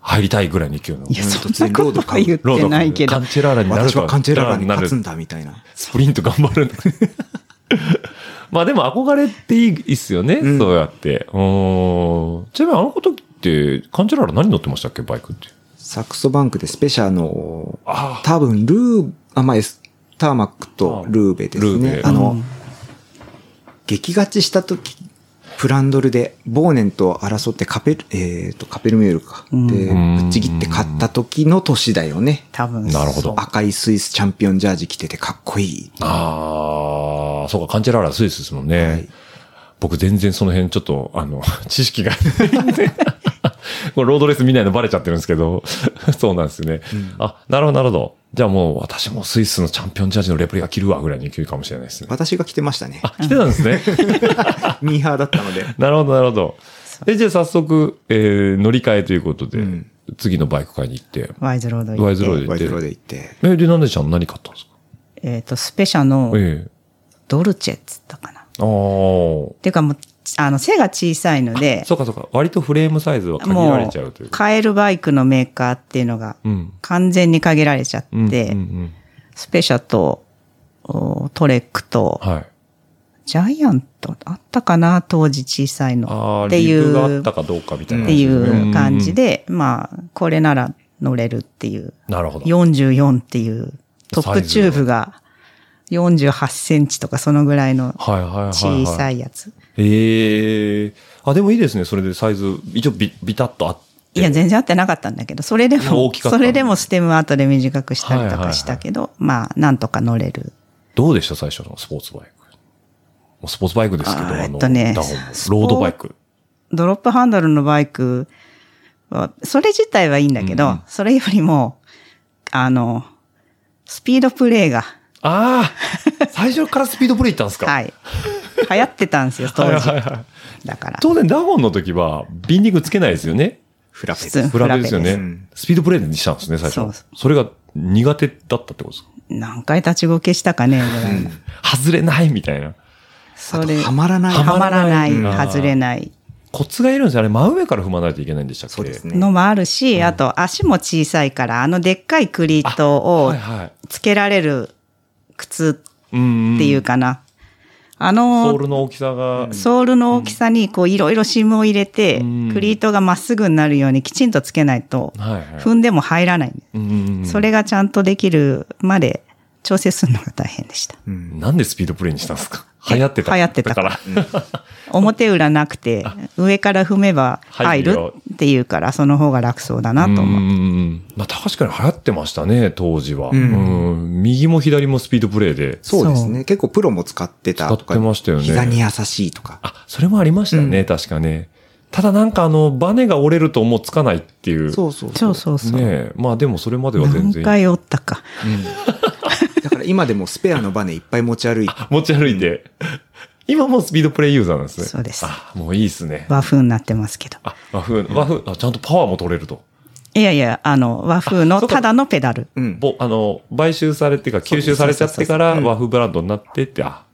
入りたいぐらいの勢いの。いや、そんなことは言っローてドカないンけど。チェラーラになる私とはカンチェラーラに勝つんなるだみたいな。スプリント頑張るんだ。 まあでも憧れっていいっすよね、んそうやって。うーん。ちなみにあの時って、カンチェラーラ何乗ってましたっけ、バイクって。サクソバンクでスペシャルの、あ多分ルー、あ、まあ、エスターマックとルーベですルーね。ベあの、激勝ちした時、プランドルで、ボーネンと争ってカペル、えっ、と、カペルミュールか。で、ぶっちぎって勝った時の年だよね。多分。なるほど。あ赤いスイスチャンピオンジャージ着ててかっこいい。あー、そうか、カンチェラーラスイスですもんね。はい僕全然その辺ちょっと、あの、 知識がないんで。これロードレース見ないのバレちゃってるんですけど、 そうなんですよね。あ、なるほど、なるほど。じゃあもう私もスイスのチャンピオンジャージのレプリカ着るわぐらいに勢いかもしれないですね。私が着てました ね。あ、着てたんですね。 ミーハーだったので。なるほど、なるほど。え、じゃあ早速、えー乗り換えということで、次のバイク買いに行って、ワイズロード行ってワイズロードワイド行ロっーでて。行って。え、で、なんでちゃん何買ったんですかえっと、スペシャのええドルチェっつったかな。っああ。ていうかもう、あの、背が小さいので、そうかそうか。割とフレームサイズは限られも、ちゃうというう。買えるバイクのメーカーっていうのが、うん。完全に限られちゃって、うん。うんうん。スペシャと、おトレックと、はい。ジャイアントあったかな当時小さいあの。あ、ってリいブがあう、っったかどうかみたいなて話いですね。う感じで。で、まあ、これなら乗れるっていう。なるほど。 44っていう、トップチューブが48センチとかそのぐらいのはいはいはい、はい。小さいやつ。ええあ、でもいいですね。それでサイズ、一応ビビタッとあって。いや、全然合ってなかったんだけど、それでいや大も、きかったそれでもステム後で短くしたりとかしたけど、まあ、なんとか乗れる。どうでした最初のスポーツバイク。もうスポーツバイクですけど、あーあえの、っとねダウンもスポローードバイク。ドロップハンドルのバイクはそれ自体はいいんだけど、それよりも、あの、スピードプレイが、ああ最初からスピードプレイ行ったんですかはい。流行ってたんですよ、当 はい時。はいはいだから。当然、ダゴンの時は、ビンディングつけないですよね。フラペ普通フラペですよフラねペで。スピードプレイにしたんですね、最初。そうそうそれが苦手だったってことですか何回立ちごけしたかね、ぐらいの。外れないみたいな。それ、はまらない。はまらない、はまらない外れないコツがいるんですよ。あれ、真上から踏まないといけないんでしたっけそうです。ね。のもあるし、あと足も小さいから、あのでっかいクリートをはいはい。つけられる靴うん、うん。っていうかな。あの、ソールの大きさが、ソールの大きさにこういろいろシムを入れて、うんクリートがまっすぐになるようにきちんとつけないと、はいはい踏んでも入らない。うんそれがちゃんとできるまで調整するのが大変でした。なんでスピードプレイにしたんですか流行ってた。流行ってたから。表裏なくて、上から踏めば入入るるよっていうから、その方が楽そうだなとうん思う。まあ確かに流行ってましたね、当時は。うんん右も左もスピードプレイで。そうですね。結構プロも使ってたとか。使ってましたよね膝に優しいとか。あ、それもありましたね、確かね。ただなんかあの、バネが折れるともうつかないっていう。そうそうそうそうそう。ねえまあでもそれまでは全何然。回折ったか。だから今でもスペアのバネいっぱい持ち歩いて。持ち歩いて。今もうスピードプレイユーザーなんですね。そうですあ、もういいですね。和風になってますけど。あ、和風、和風、あ、ちゃんとパワーも取れると。いやいや、あの、和風あのそうかただのペダル。うん。ぼあの、買収されてか、吸収されちゃってから和風ブランドになってって、あ、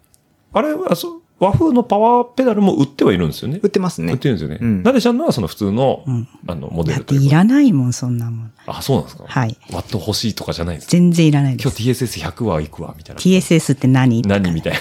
あれは、そう和風のパワーペダルも売ってはいるんですよね。売ってますね。売ってるんですよね。うんなでちゃんのはその普通の、あの、モデだっルてといういからないもん、そんなもん。あ、そうなんですかはい。ワット欲しいとかじゃないんですか全然いらないです今。日 TSS100 は行くわ、みたいな。 TSS って何何みたい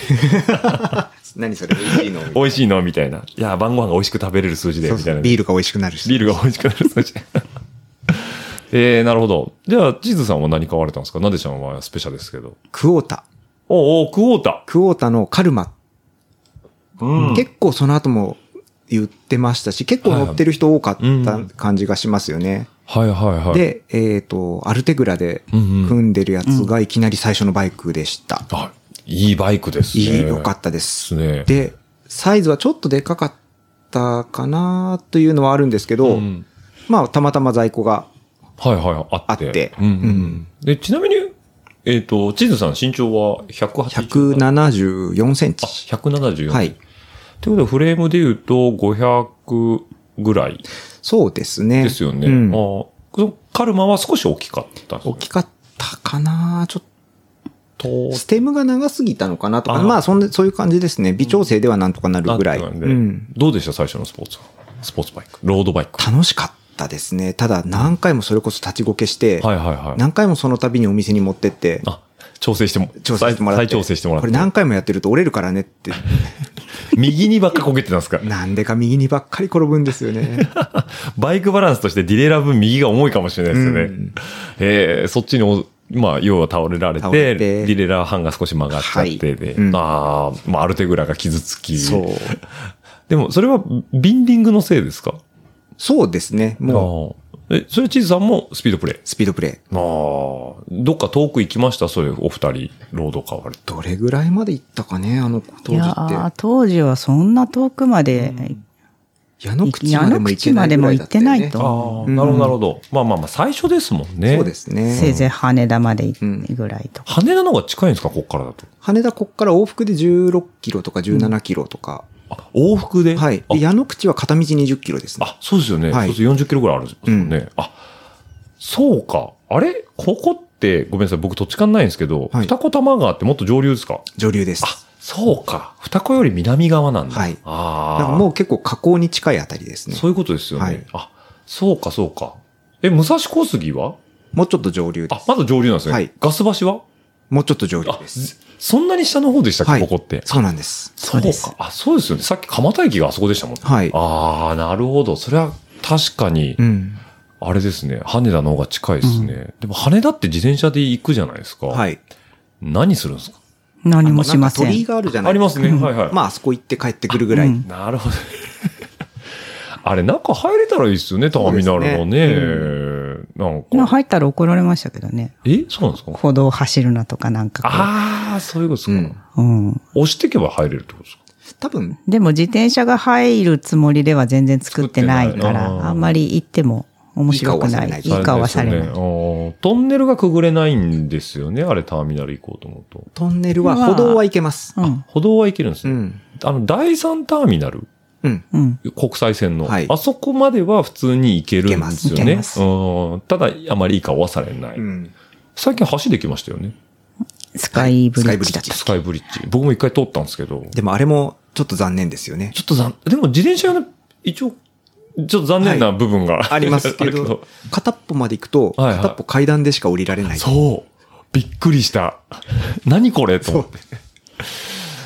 な。 何それ美味しいの美味しいのみたいな。いや、晩ご飯が美味しく食べれる数字で、そみうたそいうな。ビールが美味しくなるし。ビールが美味しくなる数字。 えー、なるほど。じゃあ、チーズさんは何買われたんですかなでちゃんはスペシャルですけど。クオータ。おうおう、クオータ。クオータのカルマ。うん結構その後も言ってましたし、結構乗ってる人多かっはいうた感じがしますよね。はいはいはい。で、えっ、と、アルテグラでうんうん組んでるやつがいきなり最初のバイクでした。あ、いいバイクですね。いい、良かったでですす。ね。で、サイズはちょっとでかかったかなというのはあるんですけど、うんまあ、たまたま在庫が、はいはい、あって。あってうんうんう。うんで、ちなみに、えっ、と、チーズさん身長は180。 174センあ、チ。 174。はっいて。ことはフレームで言うと500ぐらいそうですね。ですよね。うんあそのカルマは少し大きかったんですよ大ね。きかったかなちょっとと、ステムが長すぎたのかなとか、あーまあ、そんで、そういう感じですね。微調整ではなんとかなるぐらい。なってたんうでん。どうでした最初のスポーツはスポーツバイク。ロードバイク。楽しかったですね。ただ、何回もそれこそ立ちごけして、はいはいはい。何回もその度にお店に持ってって、あ、調整しても、調整してもらって。再再調整してもらこれって。何回もやってると折れるからねって、右にばっかこけてたんですかなんでか右にばっかり転ぶんですよね。バイクバランスとしてディレイラー分右が重いかもしれないですよね。うんえーそっちにお、まあ、要は倒れられて、倒れてディレイラー半が少し曲がっちゃってで、はいうんああ、まあ、アルテグラが傷つき。そう。でも、それは、ビンディングのせいですかそうですね。もう、もう。え、それチーズさんもスピードプレイ。スピードプレイ。ああ、どっか遠く行きましたそれ、お二人、ロード買われて。どれぐらいまで行ったかね、あの当い時やっー当時はそんな遠くまで、て。矢野口までも行けないぐらいだったよ矢野ね。あ口までも行ってないとあ、んなるほど、なるほど。まあまあまあ、最初ですもんね。そうで。すね。せいぜい羽田まで行うんくぐらいとか。羽田の方が近いんですかこっからだと。羽田こっから往復で16キロとか17キロとか。あ、往復ではい。あで矢野口は片道20キロですね。あ、そうですよね。はいそうすると40キロぐらいあるんですよね。あ、そうか。あれここって、ごめんなさい。僕土地勘ないんですけど、はい二子玉川ってもっと上流ですか女流です。あ、そうか。二子より南側なんだ。はいだあからあ。もう結構河口に近いあたりですね。そういうことですよね。はいあ、そうか、そうか。え、武蔵小杉はもうちょっと上流であ、す。まず上流なんですね。はいガス橋はもうちょっと上流あで、す。ずそんなに下の方でしたっけ、はいここって。そうなんです。そうですか。あ、そうですよね。さっき蒲田駅があそこでしたもんね。はいああ、なるほど。それは確かにう、ん。あれですね。羽田の方が近いですね。でも羽田って自転車で行くじゃないですか。はい。何するんですか何もしませなんか鳥居ん。があるじゃないありですか。ますね。はいはい。まあ、あそこ行って帰ってくるぐらい。うんなるほど。 あれ、中入れたらいいですよね、ターミナルのね。なんか。入ったら怒られましたけどね。えそうなんですか歩道走るなとかなんかああ、そういうことですか、うんこう。うん。押していけば入れるってことですか多分、でも自転車が入るつもりでは全然作ってないか作ってないあーら、あんまり行っても面白くない。いい顔はされるない。トンネルがくぐれないんですよね。あれ、ターミナル行こうと思うと。トンネルは歩道は行けます。うん。歩道は行けるんですうね。ん。あの、第三ターミナルうん。うん。国際線の、はいあそこまでは普通に行けるんですよ行けねま。すうんただ、あまりいい顔はされない。うん。最近橋できましたよね。スカイブリッジだっスカイブリッジた。スカイブリッジ。僕も一回通ったんですけど。でもあれもちょっと残念ですよね。ちょっと残、でも自転車が一応、ちょっと残念な部分が、ありますけ あるど、片っぽまで行くと、はいはい片っぽ階段でしか降りられない。そう。びっくりした。何これと思って。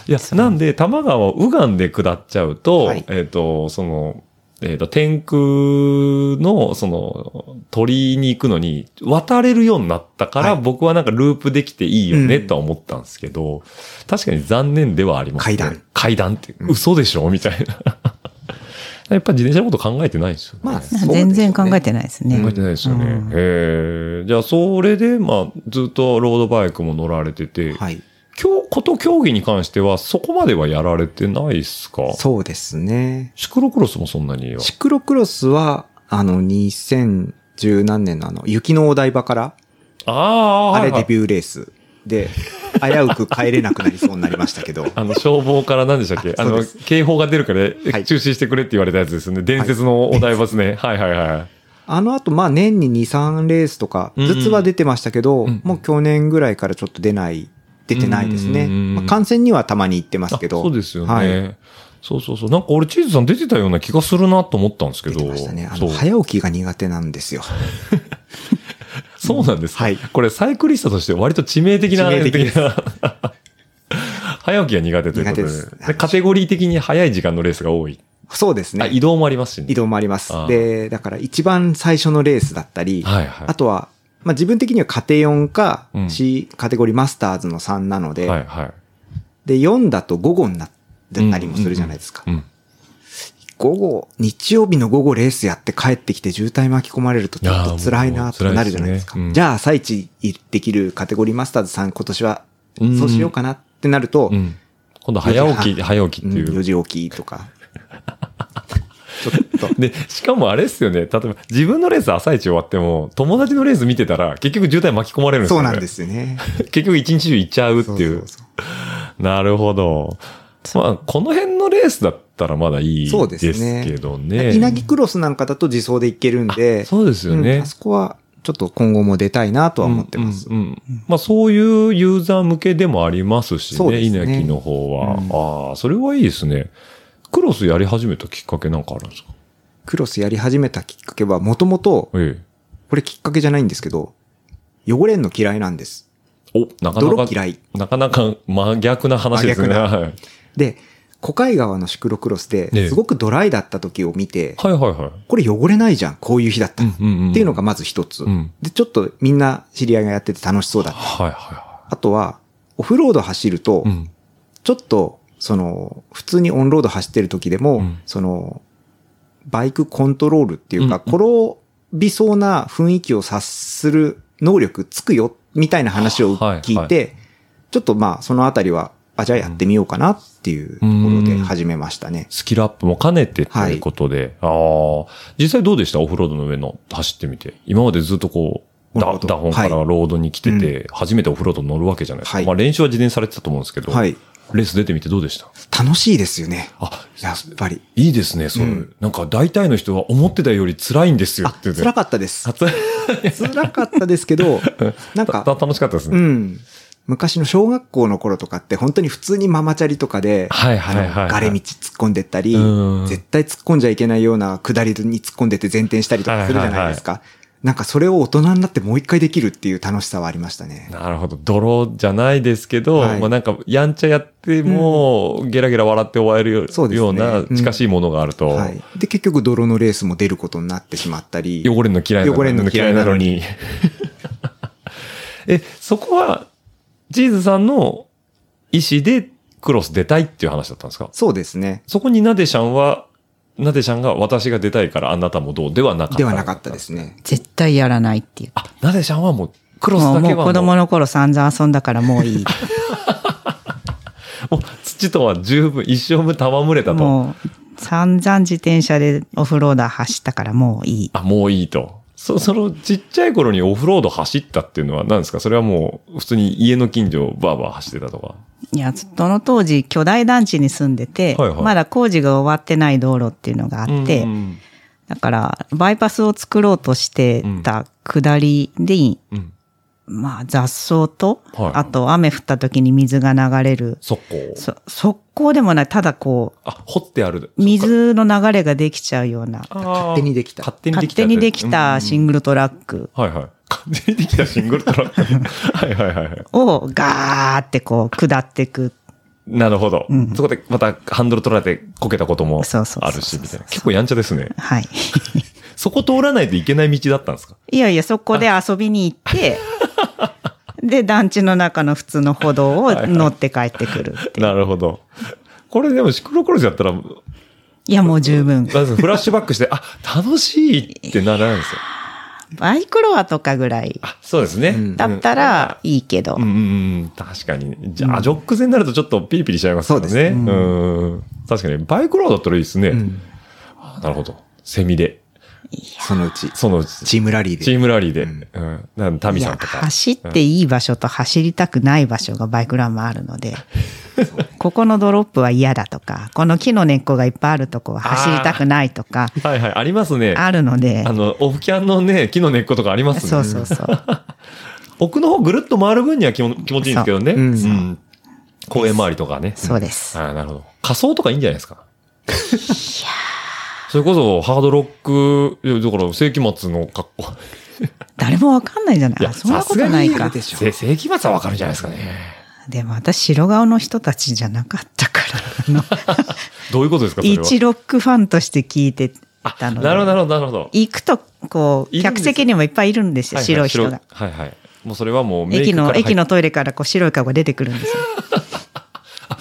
いや、なんで、多摩川を右岸で下っちゃうと、はいえっ、と、その、えっ、と、天空の、その、鳥居に行くのに、渡れるようになったから、はい僕はなんかループできていいよね、うんとは思ったんですけど、確かに残念ではあります、ね。階段。階段って、ん嘘でしょみたい な。やっぱ自転車のこと考えてないですよね。まあ、そうでしょうね全然考えてないですね考え。てないですよね。うんへえ。じゃあ、それで、まあ、ずっとロードバイクも乗られてて、はい。今日、こと競技に関しては、そこまではやられてないっすかそうですね。シクロクロスもそんなには。シクロクロスは、あの、2010何年のあの、雪のお台場から、ああ、あれはいデビューレースで、危うく帰れなくなりそうになりましたけ ど、あの、消防から何でしたっけああそうので、警報が出るから、はい中止してくれって言われたやつですよね。伝説のお台場ですね。はいはいはい。あの後、まあ年に2、3レースとか、うんうんずつは出てましたけど、うんもう去年ぐらいからちょっと出ない、出てないですね。うんうんうんまあ、観戦にはたまに行ってますけど。あそうですよね。はい。そうそうそう。なんか俺、チーズさん出てたような気がするなと思ったんですけ出ど。てましたね。あその、う早起きが苦手なんですよ。 そうなんですか、はいこれサイクリストとして割と致命的な。致命的ですな 早起きが苦手というこ苦とで手ですでカテゴリー的に早い時間のレースが多い。そうですあね。移動もありますしね。移動もありますああ。で、だから一番最初のレースだったり、はいはい。あとは、まあ、自分的には家庭4かうん C カテゴリーマスターズの3なので、はいはい。で、4だと午後になったりもするじゃないですか。うん。午後、日曜日の午後レースやって帰ってきて渋滞巻き込まれるとちょっと辛いなとかなるじゃないですか。いやーもう辛いですねうんじゃあ朝一できるカテゴリーマスターズさん今年はうんそうしようかなってなると、ううんん。今度早起四き、時半早起きっていう。 4時起きとか。ちょっと。 で、しかもあれですよね。例えば、自分のレース朝一終わっても、友達のレース見てたら、結局渋滞巻き込まれるんですそようね。なんで。すよね。結局一日中行っちゃうっていう。そうそうなるほど。まあ、この辺のレースだったらまだいいそうでですすねけどね。稲城クロスなんかだと自走で行けるんで、そうですよね。うんあそこはちょっと今後も出たいなとは思ってます。うんうんうんまあそういうユーザー向けでもありますしそうね、です稲ね城の方は。ああ、それはいいですね。クロスやり始めたきっかけなんかあるんですかクロスやり始めたきっかけは、もともと、えこれきっかけじゃないんですけど、汚れんの嫌いなんです。え。お、なかな泥か、嫌い。なかなか真逆な話ですね。真はいで、小海川のシクロクロスええで、すごくドライだった時を見て、はいはいはい。これ汚れないじゃん、こういう日だったら。っうんうんうんていうのがまず一つうん。で、ちょっとみんな知り合いがやってて楽しそうだった。はいはいはあとは、オフロード走るとい。う、ん。ちょっと、その、普通にオンロード走ってる時でも、うんその、バイクコントロールっていうか、うん転びそうな雰囲気を察する能力つくよ、みたいな話をはい聞いて、ちょっとまあ、そのあたりは、あ、じゃあやってみようかなっていうところで始めましたね。スキルアップも兼ねてということで。ああ。実際どうでしたオフロードの上の走ってみて。今までずっとこう、なるほダどダホンからはロードに来てて、初めてオフロードに乗るわけじゃないですか。はいまあ練習は事前されてたと思うんですけど、はい。レース出てみてどうでした楽しいですよね。あ、やっぱり。いいですね、そう。うんなんか大体の人は思ってたより辛いんですよあっ、て言って。辛かったです あ。辛い辛かったですけど、なんたか、楽しかったですうね。ん。昔の小学校の頃とかって本当に普通にママチャリとかで、はいはいはいはあいのガレ道突っ込んでったりうん、絶対突っ込んじゃいけないような下りに突っ込んでて前転したりとかするじゃないですか。なんかそれを大人になってもう一回できるっていう楽しさはありましたね。なるほど。泥じゃないですけど、はいまあなんか、やんちゃやっても、ゲラゲラ笑って終われるよ,、そうですねうな近しいものがあると、はい。で、結局泥のレースも出ることになってしまったり、汚れんの嫌いなのに。汚れんの嫌いなのに。 え、そこは、チーズさんの意思でクロス出たいっていう話だったんですかそうですね。そこになでしゃんは、なでしゃんが私が出たいからあなたもどうではなかった。ではなかったですね。絶対やらないっていう。あ、なでしゃんはもう、クロスもだうけはもう子供の頃散々遊んだからもういい。もう土とは十分、一生分戯れたと。もう散々自転車でオフローダー走ったからもういい。あ、もういいと。そ、そのちっちゃい頃にオフロード走ったっていうのは何ですかそれはもう普通に家の近所をバーバー走ってたとか。いや、その当時、巨大団地に住んでて、はいはいまだ工事が終わってない道路っていうのがあって、うんだから、バイパスを作ろうとしてた下りに、うん。まあ雑草と、はいあと雨降った時に水が流れる、速攻。そ速攻でもない、ただこあ、掘ってある。う、水の流れができちゃうような、勝手にできた勝手にで勝きた。手にできたシングルトラックはいはい。勝手にできたシングルトラック。はい はいはいはい。をガーってこう下ってく。なるほど。そこでまたハンドル取られてこけたこともそうそうそうそうあるし、みたいな。結構やんちゃですね。はい。そこ通らないといけない道だったんですかいやいや、そこで遊びに行 って、で、団地の中の普通の歩道を乗って帰ってくるっていう。なるほど。これでもシクロクロスやったら、まいや、もう十 分。ずフラッシュバックして、あ、楽しいってならないんですよ。バイクロアとかぐらいあ、そうですね。んだったらいいけどうん、うんうん、確かに。じゃあ、ジョック勢になるとちょっとピリピリしちゃいますからね。そうですね。うん。確かに、バイクロードだったらいいですね。んあなるほど。セミで、そのうち。そのうち、チチームラリーで。ームラリーで、うんうん。なんタミいさやんとか。走っていい場所と走りたくない場所がバイクランもある ので、ここのドロップは嫌だとか、この木の根っこがいっぱいあるとこは走りたくないとか、はいはい、ありますね。あるのであ、の、オフキャンのね、木の根っことかありますね。そうそうそう。奥の方ぐるっと回る分には気も気持ちいいんですけどね。そううんん公園周りとかね。そうですああ、なるほど。仮装とかいいんじゃないですか。いやそれこそ、ハードロック、いやだから、世紀末の格好。誰もわかんないじゃないいやあそんなことないか。でしょせ世紀末はわかるんじゃないですかね。でも私、白顔の人たちじゃなかったから、あ のどういうことですか、それは。一ロックファンとして聞いてなたのるで、ほど、なるほど、なるほど。行くと、こう、いるんで客すよ席にもいっぱいいるんですよ、白い人が。白はいはい。もうそれはもうメイク駅からの、入っ駅のトイレからこう白い顔が出てくるんです よ。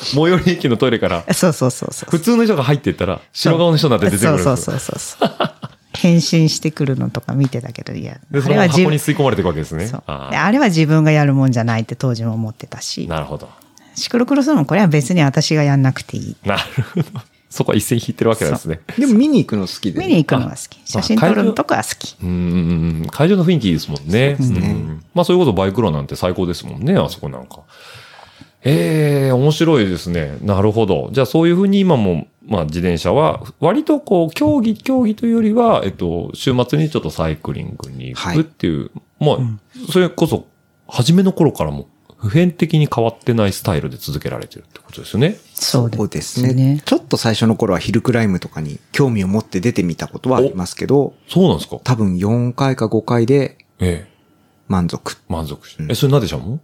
最寄り駅のトイレから、そうそうそうそう。普通の人が入っていったら、白顔の人になって出てくるんですそようそうそうそうそう。変身してくるのとか見てたけど、いや、で、そのまま自箱分に吸い込まれていくわけですね。そうあでーあれは自分がやるもんじゃないって当時も思ってたし、なるほど。シクロクロスもこれは別に私がやんなくていい。なるほど。そこは一線引いてるわけなんですね。でも見に行くの好きで。見に行くのが好き。写真撮るのとかは好き。うんうんうん会場の雰囲気いいですもんね。そうですねんまあそういうことバイクロなんて最高ですもんね、あそこなんか。ええ面白いですね。なるほど。じゃあそういうふうに今も、まあ自転車は、割とこう、競技、競技というよりは、えっと、週末にちょっとサイクリングに行くっていう、まあ、それこそ、初めの頃からも、普遍的に変わってないスタイルで続けられてるってことですよね。そうそうですねちょっと最初の頃はヒルクライムとかに興味を持って出てみたことはありますけど、そうなんですか多分4回か5回でええ、満足。満足しう。んえ、それなでしゃもん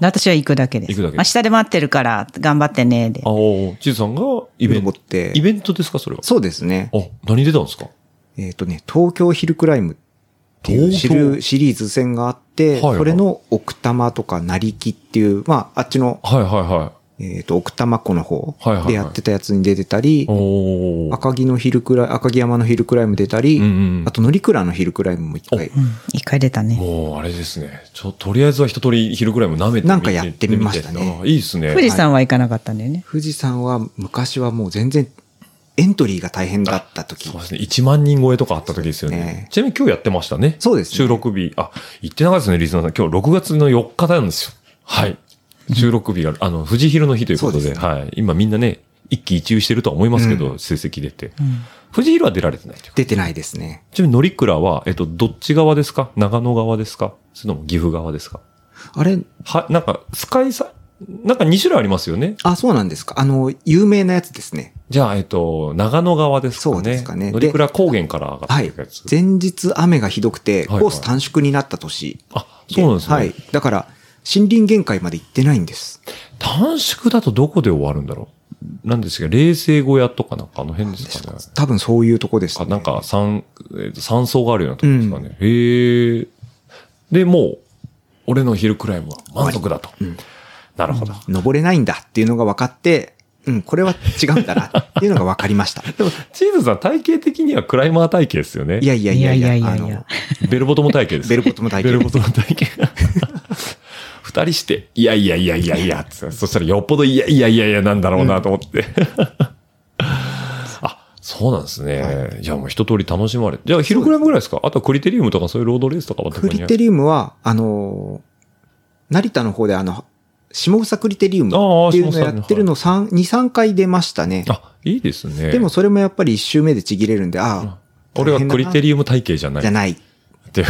私は行くだけです。行くだけ明日で待ってるから、頑張ってね、であ。あ、ちずさんがイベン登トっ。てイベントですかそれは。そうですね。あ、何出たんですかえっ、とね、東京ヒルクライムっていうシ東京ルシリーズ戦があって、はいはいそれの奥多摩とか成木っていう、まあ、あっちの、はいはいはえっ、と、奥多摩湖の方はいはいはいでやってたやつに出てたり、い。おー。赤城のヒルクライ、赤城山のヒルクライム出たり、うんうんあと乗鞍のヒルクライムも一回うん一回出たね。もうあれですね。ちょ、とりあえずは一通り昼ぐらいも舐めてみてなんかやってみましたね見てみてあいいですね。富士山は行かなかったんだよね。富士山は昔はもう全然エントリーが大変だった時そうですね。1万人超えとかあった時ですよね。そうですねちなみに今日やってましたね。そうですね収録日。あ、言ってなかったですね、リスナーさん。今日6月の4日なんですよ。はい。収録日が、あの、富士昼の日ということそうで、ですねはい。今みんなね、一喜一憂してるとは思いますけど、う成績出て。富士昼は出られてないという。出てないですね。ちなみに、乗倉は、えっと、どっち側ですか長野側ですかそれとも岐阜側ですかあれ、は、なんか、スカイサ、なんか2種類ありますよね。あ、そうなんですか。あの、有名なやつですね。じゃあ、えっと、長野側ですかね。そうですかね乗倉高原から上がっはていいくやつ。。前日雨がひどくて、はいはいコース短縮になった年。あ、そうなんですね。はい。だから、森林限界まで行ってないんです。短縮だとどこで終わるんだろうなんですが、冷静小屋とかなんかあの辺ですかね。多分そういうとこです、かね。なんか山、えーと山荘があるようなとこですかね。へえ。で、もう、俺のヒルクライムは満足だと。なるほど。登れないんだっていうのが分かって、うん、これは違うんだなっていうのが分かりま した。でも、チーズさん体型的にはクライマー体型ですよね。いやいやいやいや、いやあいやいやいやの、ベルボトム体型です。ベルボトム体型ベルボトム体型。二人して、いやいやいやいやいや、つってそしたらよっぽどいやいやいやいやなんだろうなと思って。あ、そうなんですね。じゃあもう一通り楽しまれて。じゃあ昼クラブぐらいですかあとはクリテリウムとかそういうロードレースとかは特クにリテリウムは、あのー成田の方であの、下草クリテリウムああっていうのを下や総ねってるの3、2、3回出ましたね。あ、いいですね。でも、それもやっぱり1周目でちぎれるんで、ああ、俺はクリテリリウム体型じゃない。じゃない。っていう。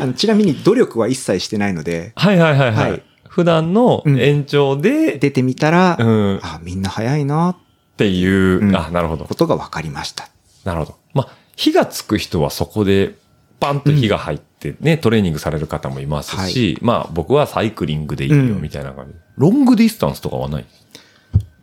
あのちなみに努力は一切してないので、はいはいはいはい。はい普段の延長で、出てみたら、うんあみんな早いな、っていう、うんあ、なるほどこ。とが分かりました。なるほど。まあ、火がつく人はそこで、バンと火が入ってね、トレーニングされる方もいますし、まあ僕はサイクリングでいいようんみたいな感じ、ロングディスタンスとかはない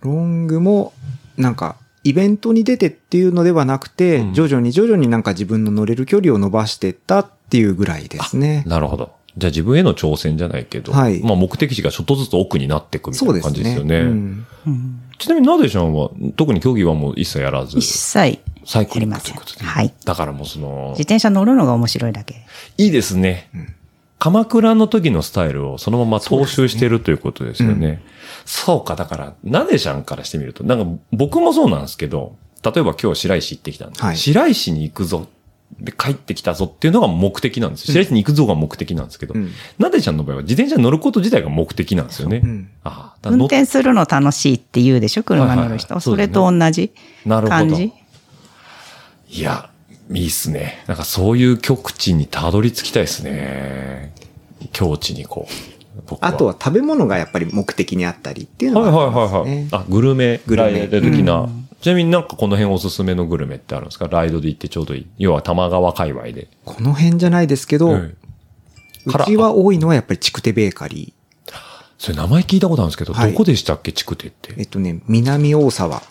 ロングも、なんか、イベントに出てっていうのではなくて、うん徐々に徐々になんか自分の乗れる距離を伸ばしてったっていうぐらいですね。なるほど。じゃあ自分への挑戦じゃないけど、はいまあ目的地がちょっとずつ奥になっていくみそたいうなです感ね。じですよね。うんうんちなみになでしゃんは、特に競技はもう一切やらず一、切サイクやリりングまといせ。うんことで。はい。だからもうその自、転車乗るのが面白いだけ。いいですね。鎌倉の時のスタイルをそのまま踏襲してるということですよね。そうか、だから、なでしゃんからしてみると、なんか僕もそうなんですけど、例えば今日白石行ってきたんです、はい白石に行くぞ、で帰ってきたぞっていうのが目的なんですよ。白石に行くぞが目的なんですけど、うんなでちゃんの場合は自転車に乗ること自体が目的なんですよね。うんああ、だから運乗っ転するの楽しいって言うでしょ車はい乗る人、はいはいそれと同じなるほ感ど。じいや、いいっすね。なんかそういう極地にたどり着きたいですね。境地にこう。僕あとは食べ物がやっぱり目的にあったりっていうのはいはあはいりますね。はいはい。あ、グルメ、グルメライド的な。ちなみになんかこの辺おすすめのグルメってあるんですかライドで行ってちょうどいい。要は玉川界隈で。この辺じゃないですけど、ううんからちは多いのはやっぱりチクテベーカリそれ名前聞いたことあるんですけど、はいどこでしたっけチクテっー。えて。っとね、南大沢。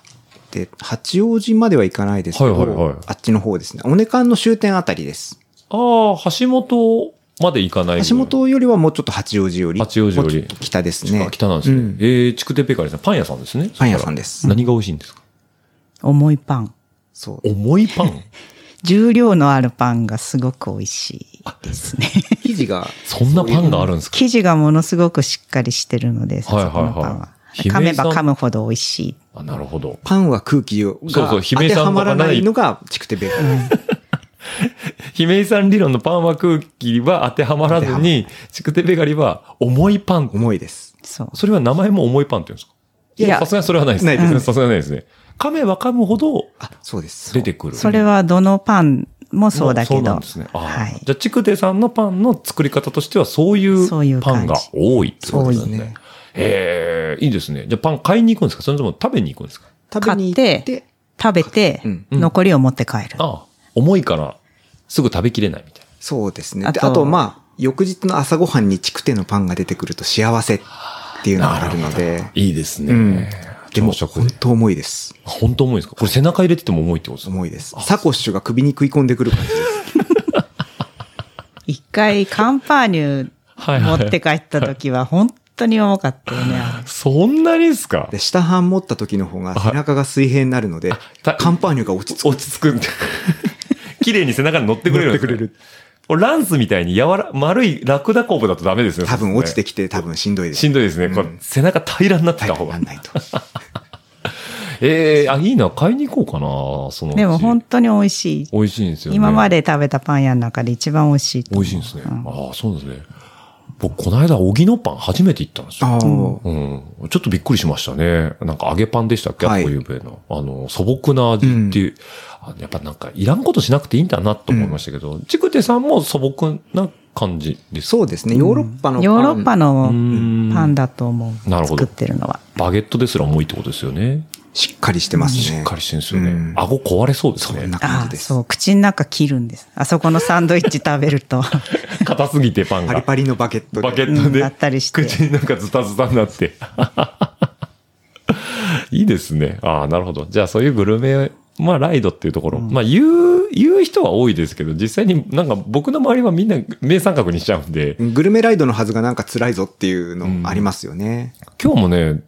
で、八王子までは行かないですけど、はいはいはいあっちの方ですね。尾根館の終点あたりです。ああ、橋本まで行かないぐらい。橋本よりはもうちょっと八王子より。八王子よもりうちょっと北ですねあ。北なんですね。うんえー、チクテペカリさん、パン屋さんですね。パン屋さんです。何が美味しいんですか重いパンそう。重いパン重量のあるパンがすごく美味しいですね生地が、そんなパンがあるんですか生地がものすごくしっかりしてるのでそこはいはいのはいパンは姫さん噛めば噛むほど美味しいあ、なるほど。パンは空気をそうがそう当姫てさはんのまがらないないのがチクテベーカリー。 姫井さん理論のパンは空気は当てはまらずに、チクテペカリは重いパン。重いです。そうそれは名前も重いパンって言うんですかいやさすがにそれはないですないですうん さすがにないですね。噛めば噛むほどあ、そうです。出てくる。それはどのパンもそうだけどそうなんですね。あーはいじゃあ、チクテさんのパンの作り方としては、そういそういううパン感じが多いってことですそうですねね。ええ、いいですね。じゃあ、パン買いに行くんですかそれとも食べに行くんですか食べに行買っ、って食べてうん残りを持って帰る、ああ、重いから、すぐ食べきれないみたいな。そうですね。あでとあと、まあ、翌日の朝ごはんにチクテのパンが出てくると幸せっていうのがあるので、いいですね。うんでも、朝食本で。当重いです。本当重いですかこれ背中入れてても重いってことですか重いです。サコッシュが首に食い込んでくる感じです。一回カンパーニュはいはい持って帰った時は本当に重かったよねあれそんなにですかで、下半持った時の方が背中が水平になるのでた、カンパーニュが落ち着く。落ち着くんだ。 綺麗に背中に乗ってくれるんです、ね、乗ってくれるこれランスみたいに柔ら、丸いラクダコブだとダメですね。多分落ちてききて多分しんどいです。しんどいですね。これうん背中平らになってた早く方ながん。ないと。ええあ、いいな。買いに行こうかな。そのうちでも本当に美味しい美味しいんですよね。今まで食べたパン屋の中で一番美味しいと美思う。味しいんですね。うんああ、そうですね。僕、この間、荻野パン初めて行ったんですよ。ああ。うん。ちょっとびっくりしましたね。なんか揚げパンでしたっけ、はいあそこゆうべの。あの、素朴な味っていう、あのやっぱなんかいらんことしなくていいんだなと思いましたけど、チクテさんも素朴な感じです。そうですね。ヨーロッパのパン。ヨーロッパのんパンだと思う。なるほど作ってるのは。バゲットですら重いってことですよね。しっかりしてますね。しっかりしてるんですよね。うん顎壊れそうですそねんな。感あじあ、ですそ。う。口の中切るんです。あそこのサンドイッチ食べ ると、硬すぎてパンパがリ。パリのバケットで。バケうットん、で。だったりして。口になんかズタズタになって。 いいですね。ああ、なるほど。じゃあそういうグルメ、まあライドっていうところ、まあ言う、言う人は多いですけど、実際になんか僕の周りはみんな名三角にしちゃうんで、グルメライドのはずがなんか辛いぞっていうのありますよね。今日もね、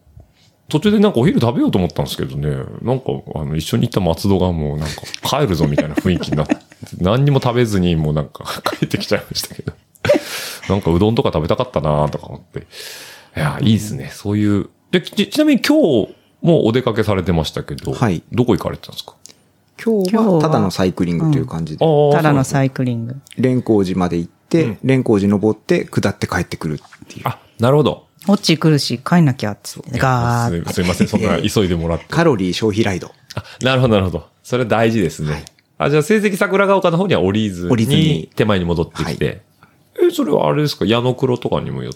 途中でなんかお昼食べようと思ったんですけどね、なんかあの一緒に行った松戸がもうなんか帰るぞみたいな雰囲気になって、 何にも食べずにもうなんか 帰ってきちゃいましたけど、 なんかうどんとか食べたかったなとか思って。いや、いいですね。そういう。で、ちちなみに今日もうお出かけされてましたけど、はいどこ行かれてたんですか今日今日ははただのサイクリングという感じで、ああただのそうサイクリング。連光寺まで行って、連光寺登って、下って帰ってくるっていう。あ、なるほど。こっち来るし、帰んなきゃっつって。ガすーッいすいません、そんな急いでもらって。カロリー消費ライド。あなるほど、なるほど。それ大事ですね。あ、じゃあ、成績桜ヶ丘の方には降りず降りずにに手前に戻ってきて。え、それはあれですか矢野黒とかにもよ、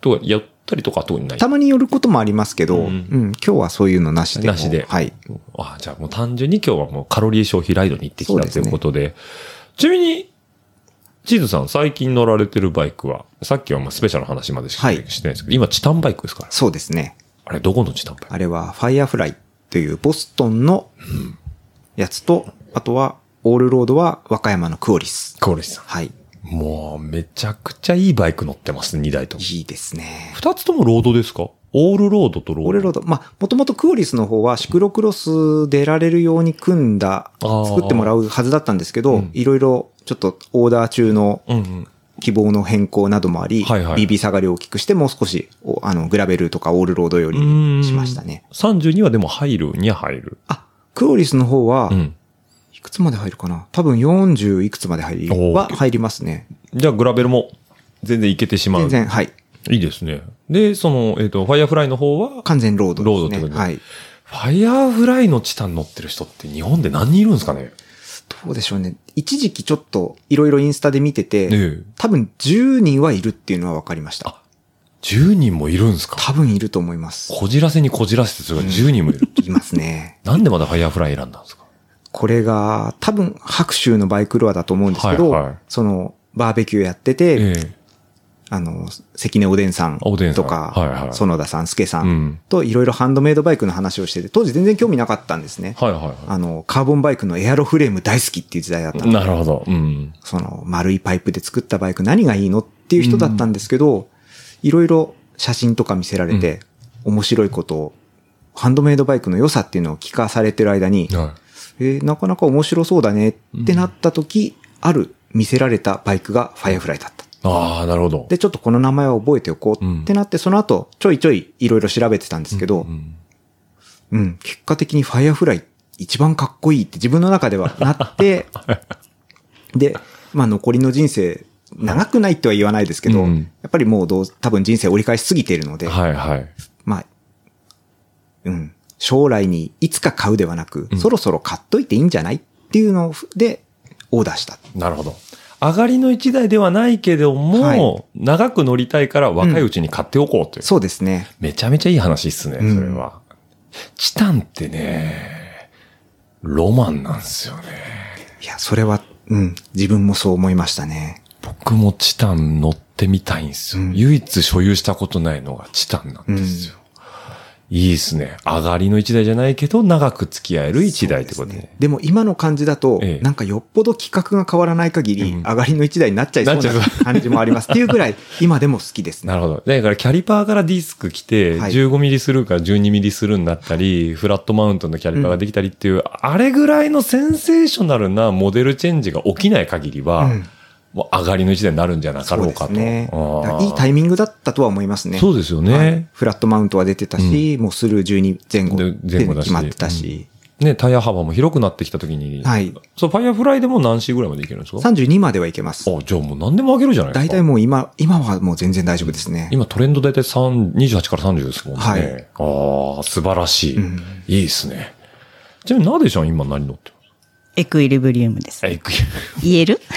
とか、やったりとかは特にないたまに寄ることもありますけど、うんうん、今日はそういうのなしで。なしで。はい。。あ、じゃあもう単純に今日はもうカロリー消費ライドに行ってきそうたでとすいねうことで。ちなみに、チーズさん、最近乗られてるバイクは、さっきはまあスペシャルの話までしかはしていないですけど、今チタンバイクですから。そうですね。あれ、どこのチタンバイクあれは、ファイアフライというボストンのやつと、あとは、オールロードは和歌山のクオリス。コーレスさん。はい。もう、めちゃくちゃいいバイク乗ってます、2台とも。いいですね。二つともロードですかオールロードとローオド。ールロード、まあ、もともとクオリスの方はシクロクロス出られるように組んだ、あー作ってもらうはずだったんですけうどん、いろいろちょっとオーダー中のうんうん。希望の変更などもあり、はいはい BB 差がりを大きくして、もう少し、おあの、グラベルとかオールロードよりにしましたね。 32はでも入るには入る。あ、クオリスの方はう、ん。いくつまで入るかな多分40いくつまで入りおーは入りますね。じゃあ、グラベルも全然いけてしまう。全然、はい。いいですね。で、その、えっ、と、ファイアフライの方は、完全ロードですね。ロードってことではい。ファイヤーフライのチタン乗ってる人って日本で何人いるんですかねどうでしょうね。一時期ちょっといろいろインスタで見てて、ええ多分10人はいるっていうのは分かりました。 10人もいるんですか多分いると思います。こじらせにこじらせてすごい10人もいる。 いますね。なんでまだファイヤーフライ選んだんですかこれが多分白州のバイクロアだと思うんですけど、はいはいそのバーベキューやってて、ええ。あの、関根おでんさんおでんさんとか、はいはい園田さん、助さうんんといろいろハンドメイドバイクの話をしてて、当時全然興味なかったんですね。はいはあの、カーボンバイクのエアロフレーム大好きっていう時代だったいはい。んでなるほど。うん。その丸いパイプで作ったバイク何がいいのっていう人だったんですけど、いろいろ写真とか見せられて、面白いことを、ハンドメイドバイクの良さっていうのを聞かされてる間に、はえーなかなか面白そうだねってなった時、ある見せられたバイクがファイアフライだった。い。ああ、なるほど。で、ちょっとこの名前を覚えておこうってなって、その後、ちょいちょいいろいろ調べてたんですけど、う、うんん、結果的にファイアフライ一番かっこいいって自分の中ではな って、で、まあ残りの人生、長くないっては言わないですけど、うんやっぱりもうどう、多分人生折り返しすぎているので、はいはい。まあ、うん、将来にいつか買うではなく、そろそろ買っといていいんじゃないっていうので、オーダーした。なるほど。上がりの一台ではないけども、はい長く乗りたいから若いうちに買っておこうという。そうですね。めちゃめちゃいい話っすね、うんそれは。チタンってね、ロマンなんですよね。いや、それは、うん、自分もそう思いましたね。僕もチタン乗ってみたいんですよ。うん唯一所有したことないのがチタンなんですよ。いいですね。上がりの一台じゃないけど、長く付き合える一台ってこそうとでです。ねでも今の感じだと、ええなんかよっぽど規格が変わらない限り、うん上がりの一台になっちゃいそうなっちゃいそな感じもあります。っていうぐ らい、今でも好きですね。なるほど。だからキャリパーからディスク来て、はい15ミリスルーから12ミリスルーになったり、フラットマウントのキャリパーができたりっていう、あれぐらいのセンセーショナルなモデルチェンジが起きない限りは、うんもう上がりの一台になるんじゃなかそうろうでかすと。ね。だあかーらいいタイミングだったとは思いますね。そうですよはいね。フラットマウントは出てたし、もうスルー12前後で前で後だし決まってたし、ね、タイヤ幅も広くなってきた時に、はいそう、ファイアフライでも何 C ぐらいまでいけるんですか32まではいけます。あ、じゃあもう何でも上げるじゃないです大か。体もう今、今はもう全然大丈夫ですね。今トレンド大体3 28から30ですもんね。はいああ、素晴らしい。うんいいですね。ちなみになでしょん今何乗ってますエクイリブリウムです。エクイ、言える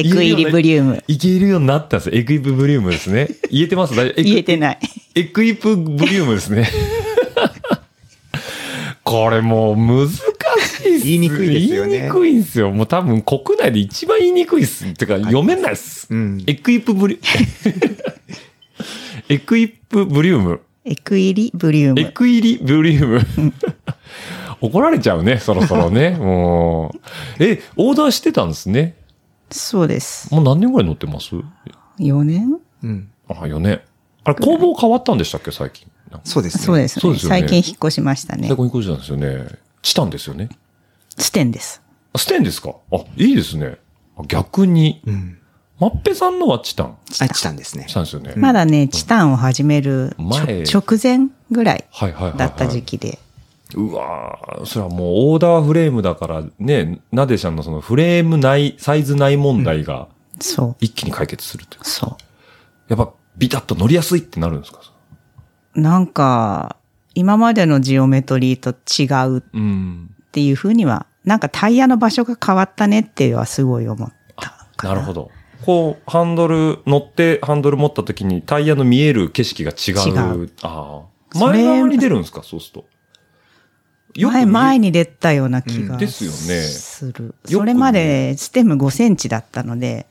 エクイリブリウム。 いけるようになったんですよエクイプブリウムですね。言えてます大丈夫言えてない。エクイプブリウムですね。 これもう難しいっす言いにくいですよね言いにくいんですよ。もう多分国内で一番言いにくいっす。てか読めないっす。うんエクイプブリ、 エクイプブリウム。エクイリブリウエム。クイリブリウム。 怒られちゃうね、そろそろね。もう。え、オーダーしてたんですね。そうです。もう何年ぐらい乗ってます4年うん。あ、4年。あれ、工房変わったんでしたっけ、最近。なんかそうですね。そうですそうね。ですよね最近引っ越しましたね最。高にこじなんですよね。チタンですよね。ステンです。あステンですかあ、いいですね。あ逆に。うん。マッペさんのはチタン。あ、チタンですねチ。タンですよね。まだね、チタンを始めるちょ前直前ぐらいはいはいはいはい。だった時期で。うわーそれはもうオーダーフレームだからね、なでちゃんのそのフレームない、サイズない問題がそ一気に解決するというう。。そう。やっぱビタッと乗りやすいってなるんですかなんか、今までのジオメトリーと違うっうん。ていうふうには、なんかタイヤの場所が変わったねっていうのはすごい思ったかなるほど。こう、ハンドル、乗ってハンドル持った時にタイヤの見える景色が違う。違ああ。それ前側に出るんですかそうすると。よく見前、え前に出たような気うがんですよねする。見るそれまでステム5センチだったので、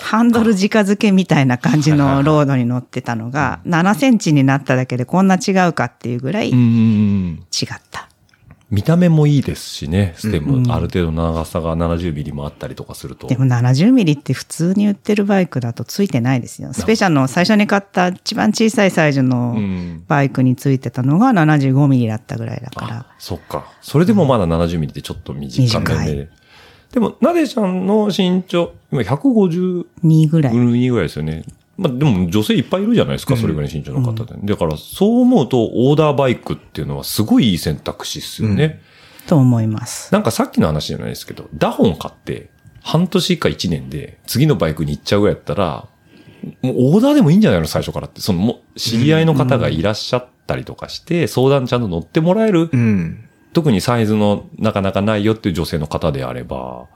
ハンドル直付けみたいな感じのロードに乗ってたのが、7センチになっただけでこんな違うかっていうぐらい違うっん。た。見た目もいいですしね、ステム。うんある程度長さが70ミリもあったりとかすると。でも70ミリって普通に売ってるバイクだとついてないですよ。スペシャルの最初に買った一番小さいサイズのうんバイクについてたのが75ミリだったぐらいだから。あそっか。それでもまだ70ミリってちょっと短めで。でも、なでちゃんの身長、今150 2ぐらい。 2ぐらいですよね。まあでも女性いっぱいいるじゃないですか、それぐらいの身長の方で。だからそう思うとオーダーバイクっていうのはすごいいい選択肢ですよね。と思います。なんかさっきの話じゃないですけど、ダホン買って半年か1年で次のバイクに行っちゃうぐらいやったら、もうオーダーでもいいんじゃないの最初からって。そのもう知り合いの方がいらっしゃったりとかして、相談ちゃんと乗ってもらえるうん。特にサイズのなかなかないよっていう女性の方であれば、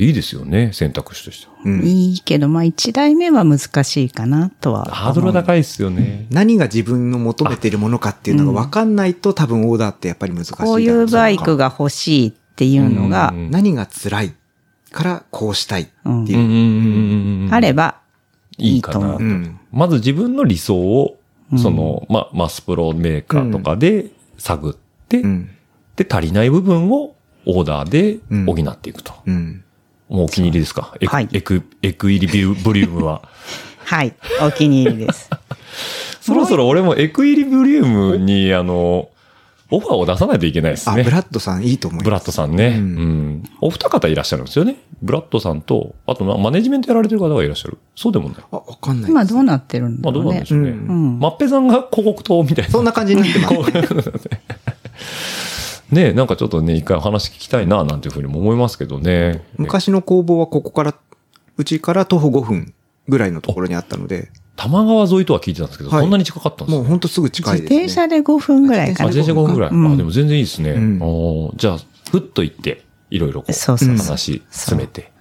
いいですよね、選択肢としては。うん。いいけど、まあ1台目は難しいかなとは思う。ハードル高いですよね。何が自分の求めてるものかっていうのが分かんないと多分オーダーってやっぱり難しいだろこういうバイクが。が欲しいっていうのが、うん何が辛いからこうしたいってういんう。うんうんあればいいいいかとな思うう。ん。まず自分の理想を、その、ま、マスプロメーカーとかで探って、うん。で、足りない部分をオーダーで補っていくと。うん。もうお気に入りですかエク、はいエク、エク入りビューボリュー ムは。はい。お気に入り です。そろそろ俺もエク入りボリュームに、あの、オファーを出さないといけないですあ、ねブ。ラッドさんいいと思います。ブラッドさんね。ううんん。お二方いらっしゃるんですよね。ブラッドさんと、あとなマネジメントやられてる方がいらっしゃる。そうでもない。あ、わかんない。今どうなってるんまだあどろうなうんねで。しょうね。うんうんマッペさんが広告塔みたいそな。んな感じにな ってます。ねなんかちょっとね、一回お話聞きたいな、なんていうふうにも思いますけどね。昔の工房はここから、うちから徒歩5分ぐらいのところにあったので、玉川沿いとは聞いてたんですけど、はいそんなに近かったんですもうね。ほんとすぐ近い自です、ね。転車で5分ぐらいかあ、な自。全然5分ぐらい。うんあ、でも全然いいですね。うんおーじゃあ、ふっと行って、いろいろこう、そうそうそう。話詰めて。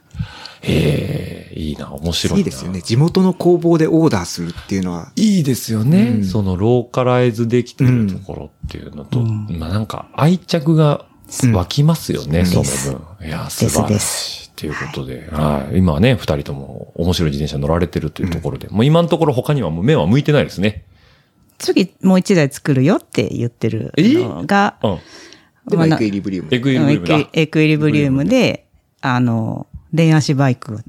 へえ、いいな、面白いな。いいですよね。地元の工房でオーダーするっていうのは、いいですよね。うんそのローカライズできてるところっていうのと、うんまあなんか愛着が湧きますよね、うんそですの分。いや、素晴らでしすい。ということで、はい、今はね、二人とも面白い自転車乗られてるというところで、もう今のところ他にはもう目は向いてないですね。次もう一台作るよって言ってるのが、うん。でもまあエなクイリブリウム。エクイリブリウムエだク。エクイリブリウムで、あの、電足バイク、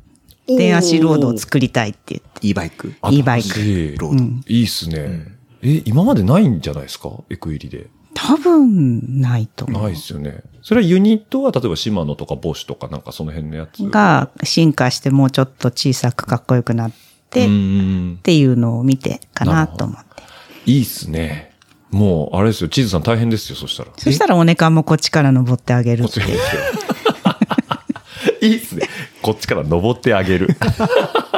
おー電足ロードを作りたいって言って。 e バイク。いいバイク新しいローうドん。いいっすね。え、今までないんじゃないですかエクイリで。多分、ないと思なう。いですよね。それはユニットは、例えばシマノとかボシュとかなんかその辺のやつ。が進化してもうちょっと小さくかっこよくなっうて、っん。ていうのを見てかなるなほどと思って。いいっすね。もう、あれですよ。チーズさん大変ですよ、そしたら。そしたらお値段もこっちから登ってあげるこっっちてからいう。ですよ。 いいっすね。こっちから登ってあげる。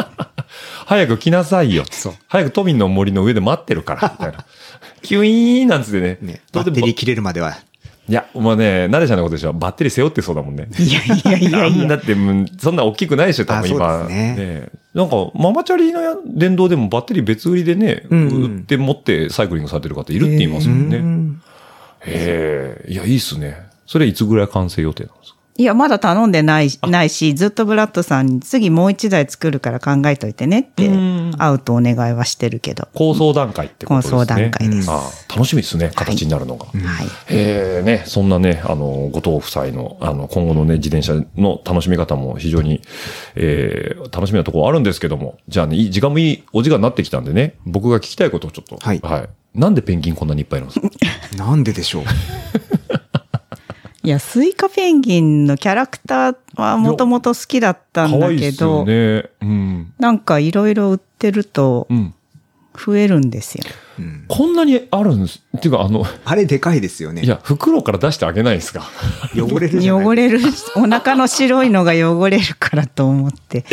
早く来なさいよ。早く都民の森の上で待ってるから、みたいな。 キュイーンなんつってね。ね。どバうでッもテリー切れるまでは。いや、お前ね、なでちゃんのことでしょ。バッテリー背負ってそうだもんね。いやいやいやいなんや。だって、うんそんな大きくないでしょ、多分あ今。そうですねえなんか、ママチャリのや電動でもバッテリー別売りでね、うんうん売って持ってサイクリングされてる方いるって言いますもんね。へえ、いや、いいっすね。それいつぐらい完成予定なんですかいや、まだ頼んでない、ないし、ずっとブラッドさんに次もう一台作るから考えといてねってうん、会うとお願いはしてるけど。構想段階ってことですね。構想段階ですうんああ楽しみですね、形になるのが。はい。ええね、そんなね、あの、ご当夫妻の、あの、今後のね、自転車の楽しみ方も非常に、えー楽しみなところあるんですけども、じゃあね、いい時間もいいお時間になってきたんでね、僕が聞きたいことをちょっと。はいなんでペンギンこんなにいっぱいいるんですかなんででしょう。いや、スイカペンギンのキャラクターはもともと好きだったん可だ愛いけですよど、ね。うん。なんかいろいろ売ってるとう、ん。増えるんですよ。うんこんなにあるんです。っていうか、あの、あれでかいですよねい。や、袋から出してあげないですか。汚れるじゃない汚れる、お腹の白いのが汚れるからと思って。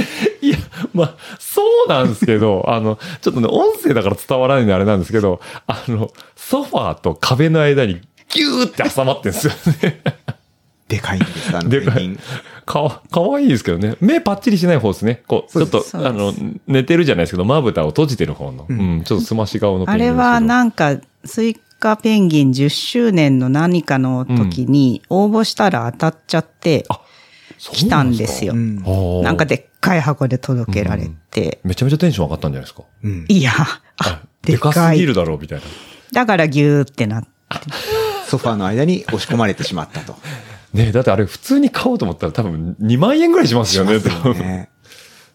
いや、まあ、そうなんですけ ど、あの、ちょっとね、音声だから伝わらないんであれなんですけど、あの、ソファーと壁の間にギューって挟まってんですよ ね。でかいんです、あのでかいペンギンかわ、かわいいですけどね。目パッチリしない方ですね。こう、ちそうょでっすと、あの、寝てるじゃないですけど、まぶたを閉じてる方の。うん、ちょっとすまし顔のペンあギンですれけどはなんか、スイカペンギン10周年の何かの時に応募したら当たっちゃって来たんですよ。。うんそうなんですかあーなんかでっかい箱で届けられて。めちゃめちゃテンション上がったんじゃないですか。うんいや、あ、ででかかい。すぎるだろう、みたいな。だからギューってなって。ソファーの間に押し込まれてしまったと。ねえだってあれ普通に買おうと思ったら多分2万円ぐらいしますよね、多分ね、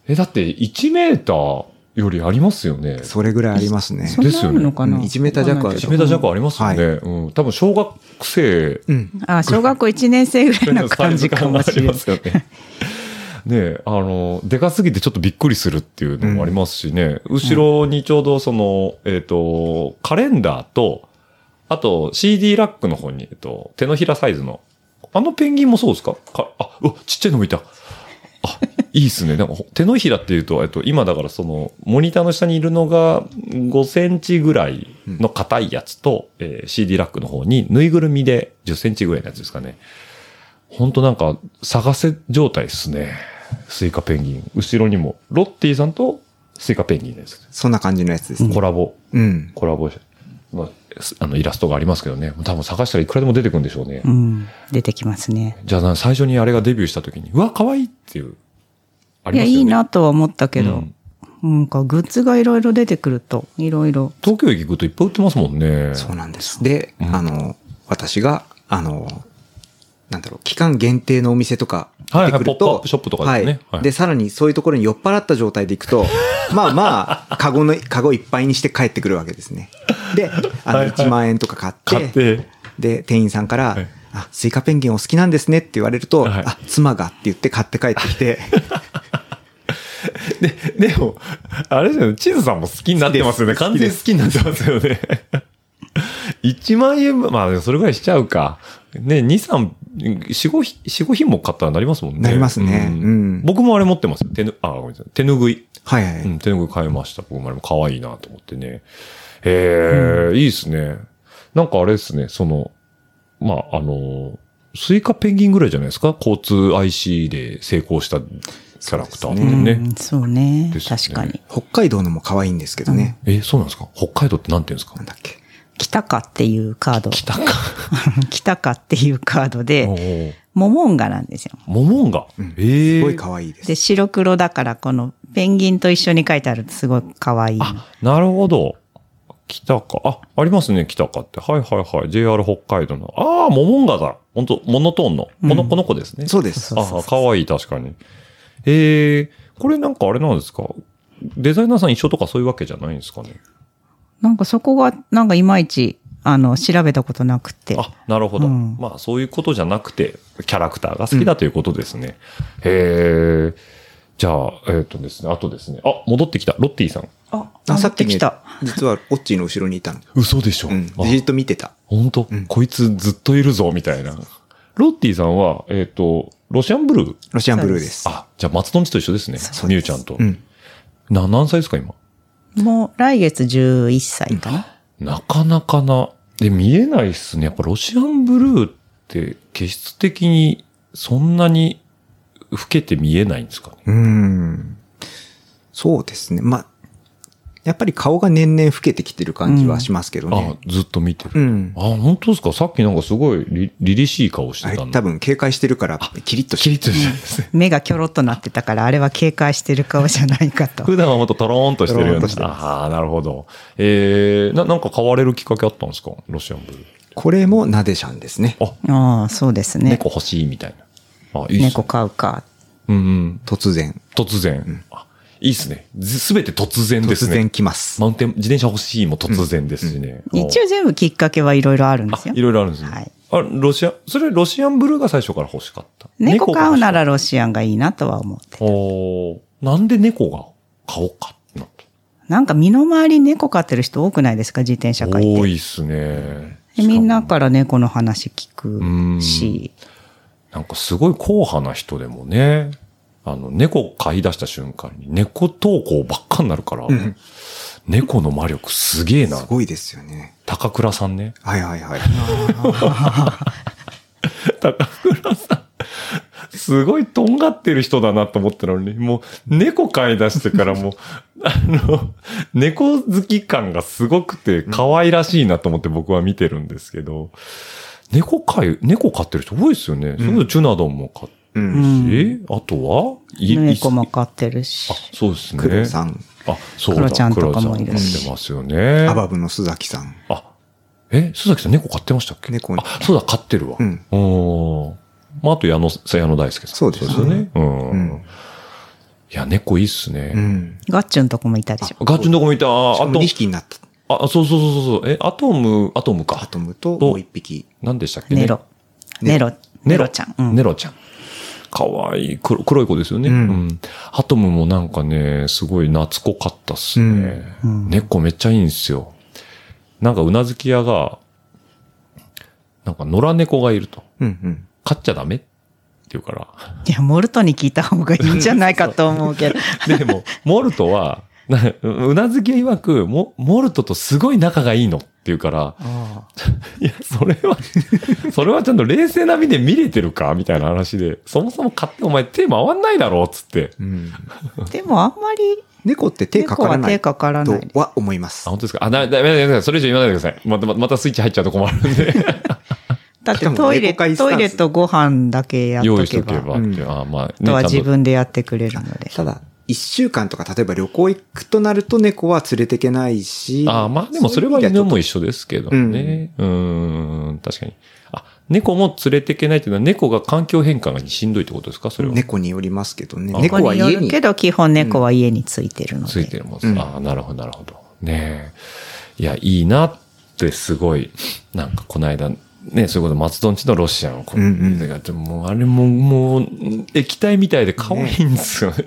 え、だって1メーターよりありますよね。それぐらいありますね。そんなあるのかな、うん1メーター弱ある1メーター弱ありますよね。はうん。多分小学生うん。あ、小学校1年生ぐらいの感じかもしれなりないま。すよ ね。ねえ、あの、でかすぎてちょっとびっくりするっていうのもありますしね、後ろにちょうどその、えっ、と、カレンダーと、あと CD ラックの方に、えっと、手のひらサイズの、あのペンギンもそうですかかあ、うわ、ちっちゃいのもいた。あ、いいっすね。なんかほ手のひらっていうと、えっと、今だからその、モニターの下にいるのが5センチぐらいの硬いやつと、えー CD ラックの方にぬいぐるみで10センチぐらいのやつですかね。ほんとなんか、探せ状態っすね。スイカペンギン。後ろにも、ロッティさんとスイカペンギンです。そんな感じのやつですね。コラボ、うん。コラボ、まあ、すあの、イラストがありますけどね。多分探したらいくらでも出てくるんでしょうね。うん、出てきますね。じゃあな、最初にあれがデビューした時に、うわ、可愛いっていう。あいりや、ますよね。いいなとは思ったけど、うんなんかグッズがいろいろ出てくると、いろいろ。東京駅行くといっぱい売ってますもんね。そうなんです。で、あの、私が、あの、なんだろう、期間限定のお店とかはいはい出てくると、ポップアップショップとかですはねいはいで、さらにそういうところに酔っ払った状態で行く と、まあまあ、カゴの、カゴいっぱいにして帰ってくるわけですね。で、あの、はいはい1万円とか買って、買ってで、店員さんから、はいあ、スイカペンギンお好きなんですねって言われると、はいあ、妻がって言って買って帰ってき て、でも、あれですよね、チーズさんも好きになってますよね。完全に好きになってますよね。1万円、まあ、それぐらいしちゃうか。ね、2、3、4、5ひ、四五品目買ったらなりますもんね。なりますねうんうん僕もあれ持ってます。手ぬ、あ、ごめんなさい。手ぬぐい。はいはい。うん、手ぬぐい買いました。僕もあれも可愛いなと思ってね。へえ、いいですね。なんかあれですね、その、まあ、あの、スイカペンギンぐらいじゃないですか交通 IC で成功したキャラクターってそうね。うん、そうねですよね確かに。北海道のも可愛いんですけどね。え、そうなんですか北海道ってなんて言うんですかなんだっけ。北かっていうカード。北か。北かっていうカード おで、ーモモンガなんですよ。モモンガ。ええ。すごい可愛いです。で、白黒だから、このペンギンと一緒に書いてあるとすごい可愛い。なるほど。北か。あ、ありますね、北かって。はいはいはい。JR 北海道の。ああ、モモンガだ。本当モノトーンの。この、この子ですね。そうです。ああ、かわいい、確かに。ええこれなんかあれなんですかデザイナーさん一緒とかそういうわけじゃないんですかねなんかそこが、なんかいまいち、あの、調べたことなくて。あ、なるほど。うんまあ、そういうことじゃなくて、キャラクターが好きだということですね。へえ。じゃあ、えっ、とですね、あとですね。あ、戻ってきた。ロッティさん。あ、あさっき戻ねきた。、実はオッチーの後ろにいたの。嘘でしょ。うん。あじーっと見てた。本当、こいつずっといるぞ、みたいな。ロッティさんは、えっ、と、ロシアンブルー。ロシアンブルーです。あ、じゃあ、松戸んちと一緒ですねそうです。ミュウちゃんと。うん。な、何歳ですか、今。もう来月11歳かな。なかなかな。で、見えないっすね。やっぱロシアンブルーって、気質的にそんなに老けて見えないんですかね。うーん。そうですね。まあ、やっぱり顔が年々老けてきてる感じはしますけどあね。、ずっと見てる。うん。あ、本当ですかさっきなんかすごいり、りりしい顔してあたれの。多分警戒してるから、キリッとしキリッとしてるんですね。目がキョロっとなってたから、あれは警戒してる顔じゃないかと。普段はもっとトローンとしてるようトローンとなして。ますああ、なるほど。えー、な、なんか買われるきっかけあったんですかロシアンブルー。これもナデシャンですね。ああ、そうですね。猫欲しいみたいな。あ、いいっす猫ね。飼うか。うんうん。突然。突然。あいいっすね。すべて突然で突すね。然来ます。マウンテン、自転車欲しいも突然ですしね。お一応全部きっかけはいろいろあるんであすよい。ろいろあるんですね。はいあ、ロシア、それロシアンブルーが最初から欲しかった。猫飼うなら。らロシアンがいいなとは思って。おーなんで猫が買おうかってなった。なんか身の回り猫飼ってる人多くないですか、自転車会っ多て。いっすね。でみんなから猫の話聞うんくし、なんかすごい硬派な人でもね、あの、猫飼い出した瞬間に猫投稿ばっかになるから、猫の魔力すげえなす。ごいですよね。高倉さんね。はいはいはい。高倉さん、すごいとんがってる人だなと思ったのに、もう猫飼い出してから もう、あの、猫好き感がすごくて可愛らしいなと思って僕は見てるんですけど、猫飼い、猫飼ってる人多いですよね。それこそチュナドンも飼ってうるん。し、あとは、い猫もい飼ってるあし。、そうですね。クロさん、あ、そうクだ、ロちゃんとかもいるしクロちゃん飼ってますよね。アバブの須崎さん。あ、え、須崎さん猫飼ってましたっけ猫あ、そうだ、飼ってるわ。うんおーまあ、あと矢野、矢野大輔さん。そうですねよね。うん。うんいや、猫いいっすね。うん。ガッチュンとこもいたでしょ。ガチのとこ見た。あ、しあかもと2、匹になった。あ、そうそうそうそう。え、アトム、アトムアか。トムともう1匹。何でしたっけねネロ。。ネロ。ネロちゃん。うんネロちゃん。かわいい。黒黒い子ですよね、う。うんんアトムもなんかね、すごい懐っこかったっすね。猫めっちゃいいんですよ。なんかうなずき屋が、なんか野良猫がいると。うんうん。飼っちゃダメって言うから。いや、モルトに聞いた方がいいんじゃないかと思う けど。でも、モルトは、なうなずき屋曰く、モモルトとすごい仲がいいのって言うから、いや、それ は、それはちゃんと冷静な目で見れてるかみたいな話で、そもそも買ってお前手回んないだろうっつって。うんでもあんまり、猫って手かから猫な。はい手かからないとは思いますあ、。本当ですかあ、だめ、だめ、だめ、それ以上言わないでください。また、またまたスイッチ入っちゃうと困るんで。だっでてもトイレ、猫飼いスタントスイレとご飯だけやっ 用と意しとけけば。ば。うんあ、まあ、ねあとは自。ち分でやってくれるので。ただ、1週間とか、例えば旅行行くとなると猫は連れてけないし。ゃんとあ、まあでもそれはういう意味では犬ちょっも一緒ですけどね。うーん、確かに。あ、猫も連れていけないっていうのは猫が環境変化がしんどいってことですかそれとは。猫によりますけどね。あ猫はここに家よるにけ。ど、基本猫は家についてるので。ついてるもんです。うんああ、なるほど、なるほど。ねえ。いや、いいなってすごい、なんかこの間、ね、そういうこと、松戸んちのロシアの子、うんうんだからでもあれも、もう、液体みたいで可愛いんですよね。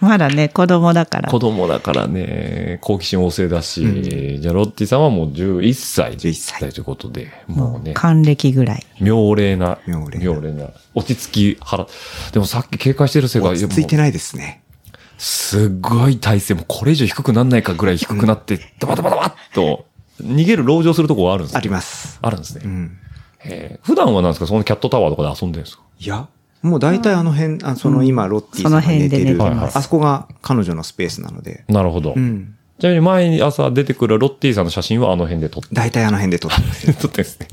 まだね、子供だから子。供だからね、好奇心旺盛だし、じゃあロッティさんはもう11歳。 11歳ということで、もうね、還暦ぐらい。妙齢な、妙齢なな、落ち着き腹、でもさっき警戒してるせいか、落ち着いていやもうないですね。すごい体勢、もうこれ以上低くなんないかぐらい低くなって、ダバダバダバッと、逃げる、籠城するとこはあるんですあかります。あるんですね。うん。えー普段はなんですかそのキャットタワーとかで遊んでるんですかいや、もう大体あの辺、あその今、ロッティそさんのが寝辺でて寝てる、まあす。そこが彼女のスペースなので。なるほど。うん。ちなみに前に朝出てくるロッティさんの写真はあの辺で撮って、大体あの辺で撮って ます。撮ってですね。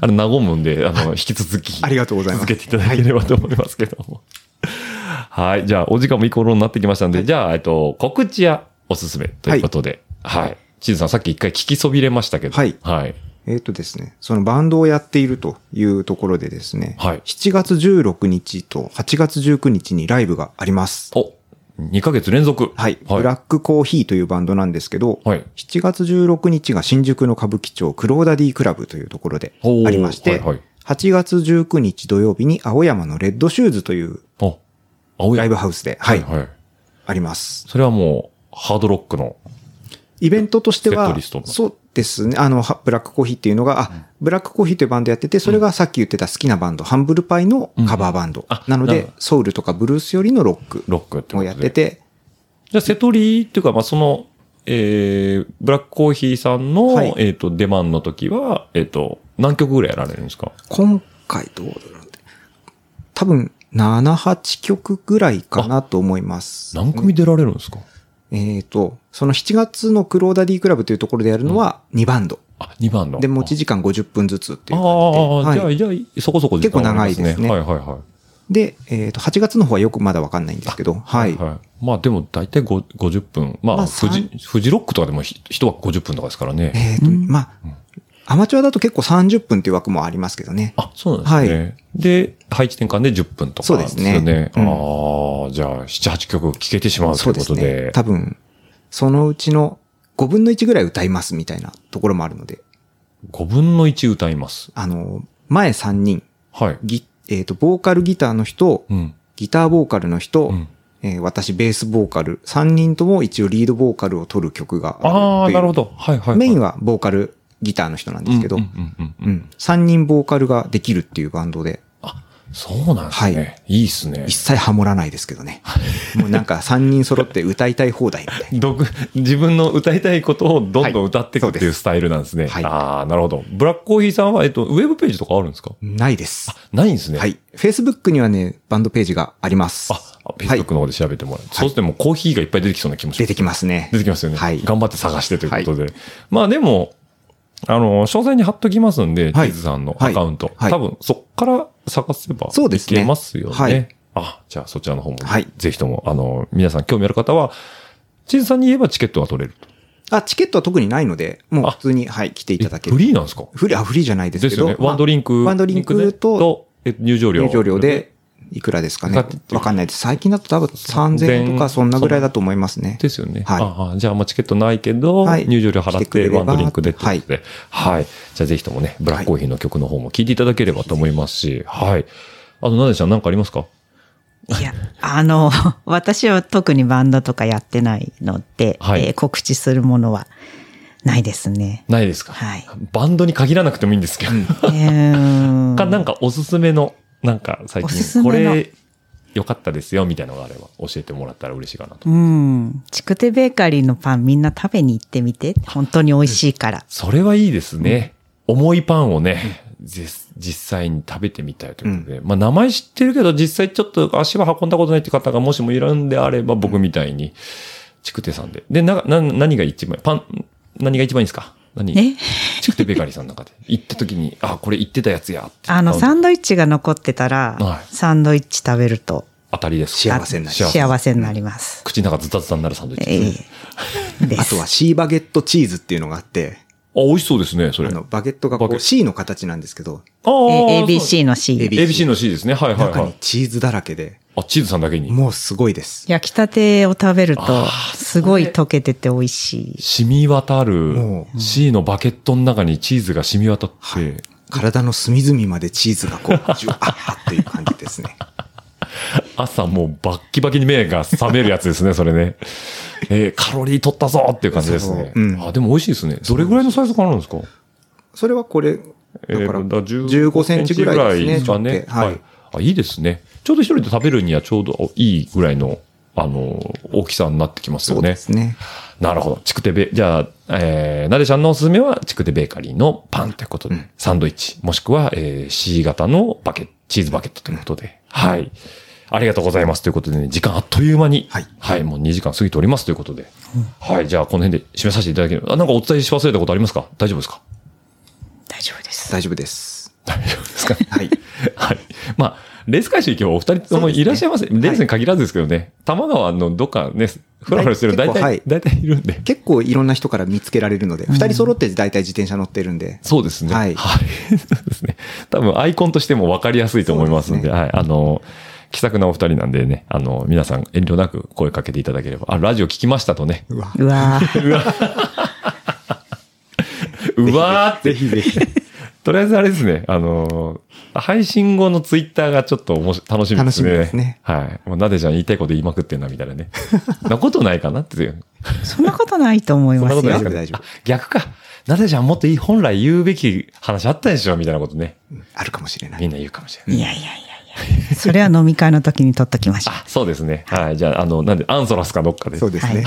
あれ、和むんで、あの、引き続き。ありがとうございます続けていただければと思いますけども。はい。じゃあ、お時間もいい頃になってきましたんで、じゃあ、えっと、告知やおすすめということで。はい。チーズさん、さっき一回聞きそびれましたけど。はいはい。えっ、とですね、そのバンドをやっているというところでですね、はい7月16日と8月19日にライブがあります。お、2ヶ月連続。はい。はい。ブラックコーヒーというバンドなんですけど、はい7月16日が新宿の歌舞伎町クローダディクラブというところでおーありまして、はいはい8月19日土曜日に青山のレッドシューズというお、青いライブハウスで、はい、はい。あります。それはもう、ハードロックの。イベントとしてセットはリスト、のそうですね、あの、はブラックコーヒーっていうのが、あ、ブラックコーヒーというバンドやってて、それがさっき言ってた好きなバンド、ハンブルパイのカバーバンドあ。なのなるでほ、ソウルとかブルースよりのロックロックってことをでやってて、じゃあ、瀬戸リーっていうか、まあ、その、えー、ブラックコーヒーさんの、はいえっ、と、出番の時は、えっ、と、何曲ぐらいやられるんですか今回どうだろうって多分、7、8曲ぐらいかなと思います。何組出られるんですかえっと、その7月のクローダディクラブというところでやるのは2バンド。あ、2番の。で、持ち時間50分ずつっていうあ感あ、じで。はいじゃあ、じゃあ、そこそこ時間ありま結構長いですねはいはいは。で、えっと、8月の方はよくまだわかんないんですけど、はいい。はい。まあ、でも、大体ご50分。ままあ、あフジ、フジロックとかでもひ一枠50分とかですからね。えっ、と、まあ、アマチュアだと結構30分っていう枠もありますけどね。あ、そうなんですね。で、配置転換で10分とかそうですねよね。うんああ、じゃあ、7、8曲聴けてしまうとそいううでこすとで。ね。多分、そのうちの5分の1ぐらい歌いますみたいなところもあるので、 5分の1歌います。あの、前3人、はい。ギえっ、と、ボーカルギターの人、うん。ギターボーカルの人、うんええー私ベースボーカル、3人とも一応リードボーカルを取る曲があああ、るという。なるほど。はいはい、はい。メインはボーカル、ギターの人なんですけど、ううんうんんうんうん3人ボーカルができるっていうバンドで、そうなんですね。、はいいっすね一。切ハモらないですけど ね。もうなんか3人揃って歌いたい放題みたいな。独自分の歌いたいことをどんどん歌っていくはいっていうスタイルなんですね。はいああ、なるほど。ブラックコーヒーさんは、えっと、ウェブページとかあるんですかないです。ないんですね。はい。Facebook にはね、バンドページがあります。あ、Facebook の方で調べてもらう。そうしてもうコーヒーがいっぱい出てきそうな気もします出てきますね。出てきますよね。はい頑張って探してということで。まあでも、あの、詳細に貼っときますんで、チはいーズさんのアカウント。はい多分、そっから探せば、そうですねいけますよね。はいあ、じゃあそちらの方も、はいぜひとも、あの、皆さん興味ある方は、チーズさんに言えばチケットが取れると。あ、チケットは特にないので、もうあ普通に、はい、来ていただけえフる。リーなんですかフリー、あ、フリーじゃないですでけすよど。ね。まあワンドリンク。ワンドリンクと、え入場料。入場料で、いくらですかねかかってって。いうわかんないです。最近だと多分3000円とかそんなぐらいだと思いますね。ですよね。はいああじゃあ、まあ、チケットないけど、はい入場料払来ってくれて、ればワンドリンクでってことで。はい、じゃあ、ぜひともね、ブラックコーヒーの曲の方も聴いていただければと思いますし、はい。あと、なでちゃん、なんかありますかいや、あの、 私は特にバンドとかやってないので、はいえー告知するものはないですね。ないですか はい。バンドに限らなくてもいいんですけど。えーか、なんか、おすすめの、なんか、最おすす近、めこのれ、良かったですよ、みたいなのがあれば、教えてもらったら嬉しいかなと。うん。チクテベーカリーのパンみんな食べに行ってみて。本当に美味しいから。それはいいですね。重いパンをね、ぜ実際に食べてみたいということで。まあ名前知ってるけど、実際ちょっと足は運んだことないって方がもしもいるんであれば、僕みたいに、ちくてさんで。で、な、な、何が一番、パン、何が一番いいんですか何えちくてベーカリーさんの中で。行った時に、あ、これ行ってたやつやって。あの、サ三ンドイッチが残ってたら、はいサンドイッチ食べると、当たりです。幸せになり幸ます。せ幸せになります。口の中ズタズタになるサンドイッチ。ええであす。とはシーバゲットチーズっていうのがあって、あ、美味しそうですね、それ。あの、バゲットがこバゲう C の形なんですけど、あーえ ABC。の C。そう ABC の C ですね。はいはい中はにい。チーズだらけで、あ、チーズさんだけに。もうすごいです。焼きたてを食べるとあ、すごい溶けてて美味しい。染み渡るも、 C のバケットの中にチーズが染み渡って、体の隅々までチーズがこう、ジュワーっていう感じです ね。朝もうバッキバキに目が覚めるやつ ですね、それね。えーカロリー取ったぞっていう感じですね。そううんあ、でも美味しいですね。どれぐらいのサイズ感あるんですかそれはこれ、だかえーらだ15センチぐらいですね、かね直径ははいい。。あ、いいですね。ちょうど一人で食べるにはちょうどいいぐらいの、あの、大きさになってきますそようねで。すね。なるほど。チクテベ、じゃあ、えー、なでちゃんのおすすめは、チクテベーカリーのパンということで、サンドイッチ、もしくは、えー、C 型のバケット、チーズバケットということで、はい。ありがとうございます。ということでね、時間あっという間に、はいもう2時間過ぎておりますということで、はい。じゃあ、この辺で締めさせていただきます。あなんかお伝えし忘れたことありますか大丈夫ですか 大丈夫です。大丈夫です。大丈夫ですかはい。 はい。まあ、レース会場行けばお二人ともいらっしゃいます。レースに限らずですけどね、多摩川のどっかね、ふらふらしてる大大体、はい大体いるんで。結構いろんな人から見つけられるので、二人揃って大体自転車乗ってるんで、そうですね。はいそうですね。多分アイコンとしても分かりやすいと思いますのそで、うですはい。あの、気さくなお二人なんでね、あの、皆さん遠慮なく声かけていただければ、あ、ラジオ聞きましたとね、うわ。うわーうわーって。 ぜひぜひ。とりあえずあれですね、あの、配信後のツイッターがちょっとおもし楽しみですね。楽しみですねはい。もうなでちゃん言いたいこと言いまくってんな、みたいなね。 なことないかなっ ていう。そんなことないと思いそんなまことすないです。か、よね、大丈夫大丈夫あ逆か。なでちゃんもっといい、本来言うべき話あったでしょみたいなことね。 あるかもしれなみい。んな言うかもしれない。いやいやいやいや。それは飲み会の時に取っときましょう。あ、そうですね。はい。じゃあ、あの、なんで、アンソラスかどっかでそうですね。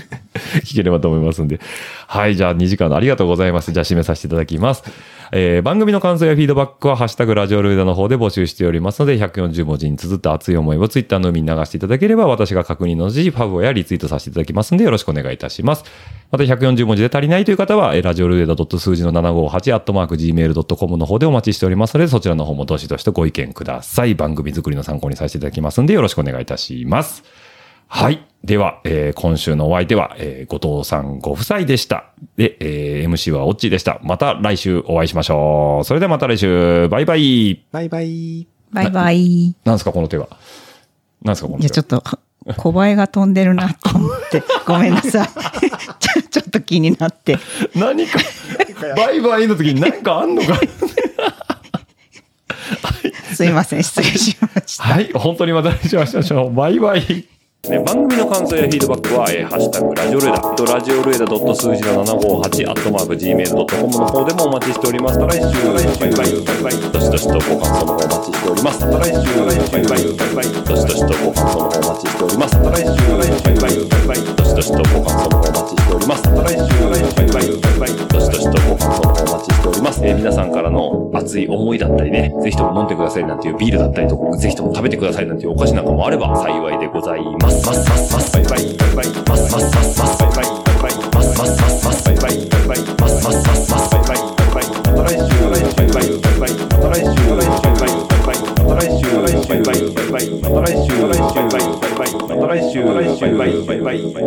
聞ければと思いますんで。はい。じゃあ、2時間のありがとうございます。じゃあ、締めさせていただきます。えー番組の感想やフィードバックは、ハッシュタグラジオルエダの方で募集しておりますので、140文字に綴った熱い思いをツイッターの海に流していただければ、私が確認の時、ファブやリツイートさせていただきますんで、よろしくお願いいたします。また、140文字で足りないという方は、えーラジオルエダ数字の758、アットマーク gmail.com の方でお待ちしておりますので、そちらの方もどしどしとご意見ください。番組作りの参考にさせていただきますんで、よろしくお願いいたします。はい。では、えー今週のお相手は、えー後藤さんご夫妻でした。で、えー MC はオッチーでした。また来週お会いしましょう。それではまた来週。バイバイ。バイバイ。バイバイ。いなんですか、この手は。なんですか、この手や、は。ちょっと、小林が飛んでるなと思って、ごめん なさい。ちょちょっと気になって。何か、 バイバイの時に何かあんのか。すいません、失礼しました。はい。本当にまた来週お会いしましょう。バイバイ。ね、番組の感想やフィードバックは、えーハッシュタグラジオルエダ、とラジオルエダ数字の758、アットマーク gmail.com の方でもお待ちしております。また来週、バイバイ、バイバイ、どしどしとご感想の方お待ちしております。また来週、バイバイ、バイバイ、どしどしとご感想の方お待ちしております。また来週、バイバイ、バイバイ、どしどしとご感想の方お待ちしております。また来週、バイバイ、バイバイ、どしどしとご感想の方お待ちしております。えー皆さんからの熱い思いだったりね、ぜひとも飲んでくださいなんていうビールだったりとか、ぜひとも食べてくださいなんていうお菓子なんかもあれば幸いでございます。ますますますバイバイバイバイますますますますバイバイバイバイますますますますバイバイバイバイますますますますバイバイバイバイまた来週バイバイバイバイまた来週バイバイバイバイまた来週バイバイバイバイまた来週バイバイバイバイまた来週バイバイバイ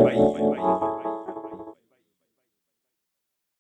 バイ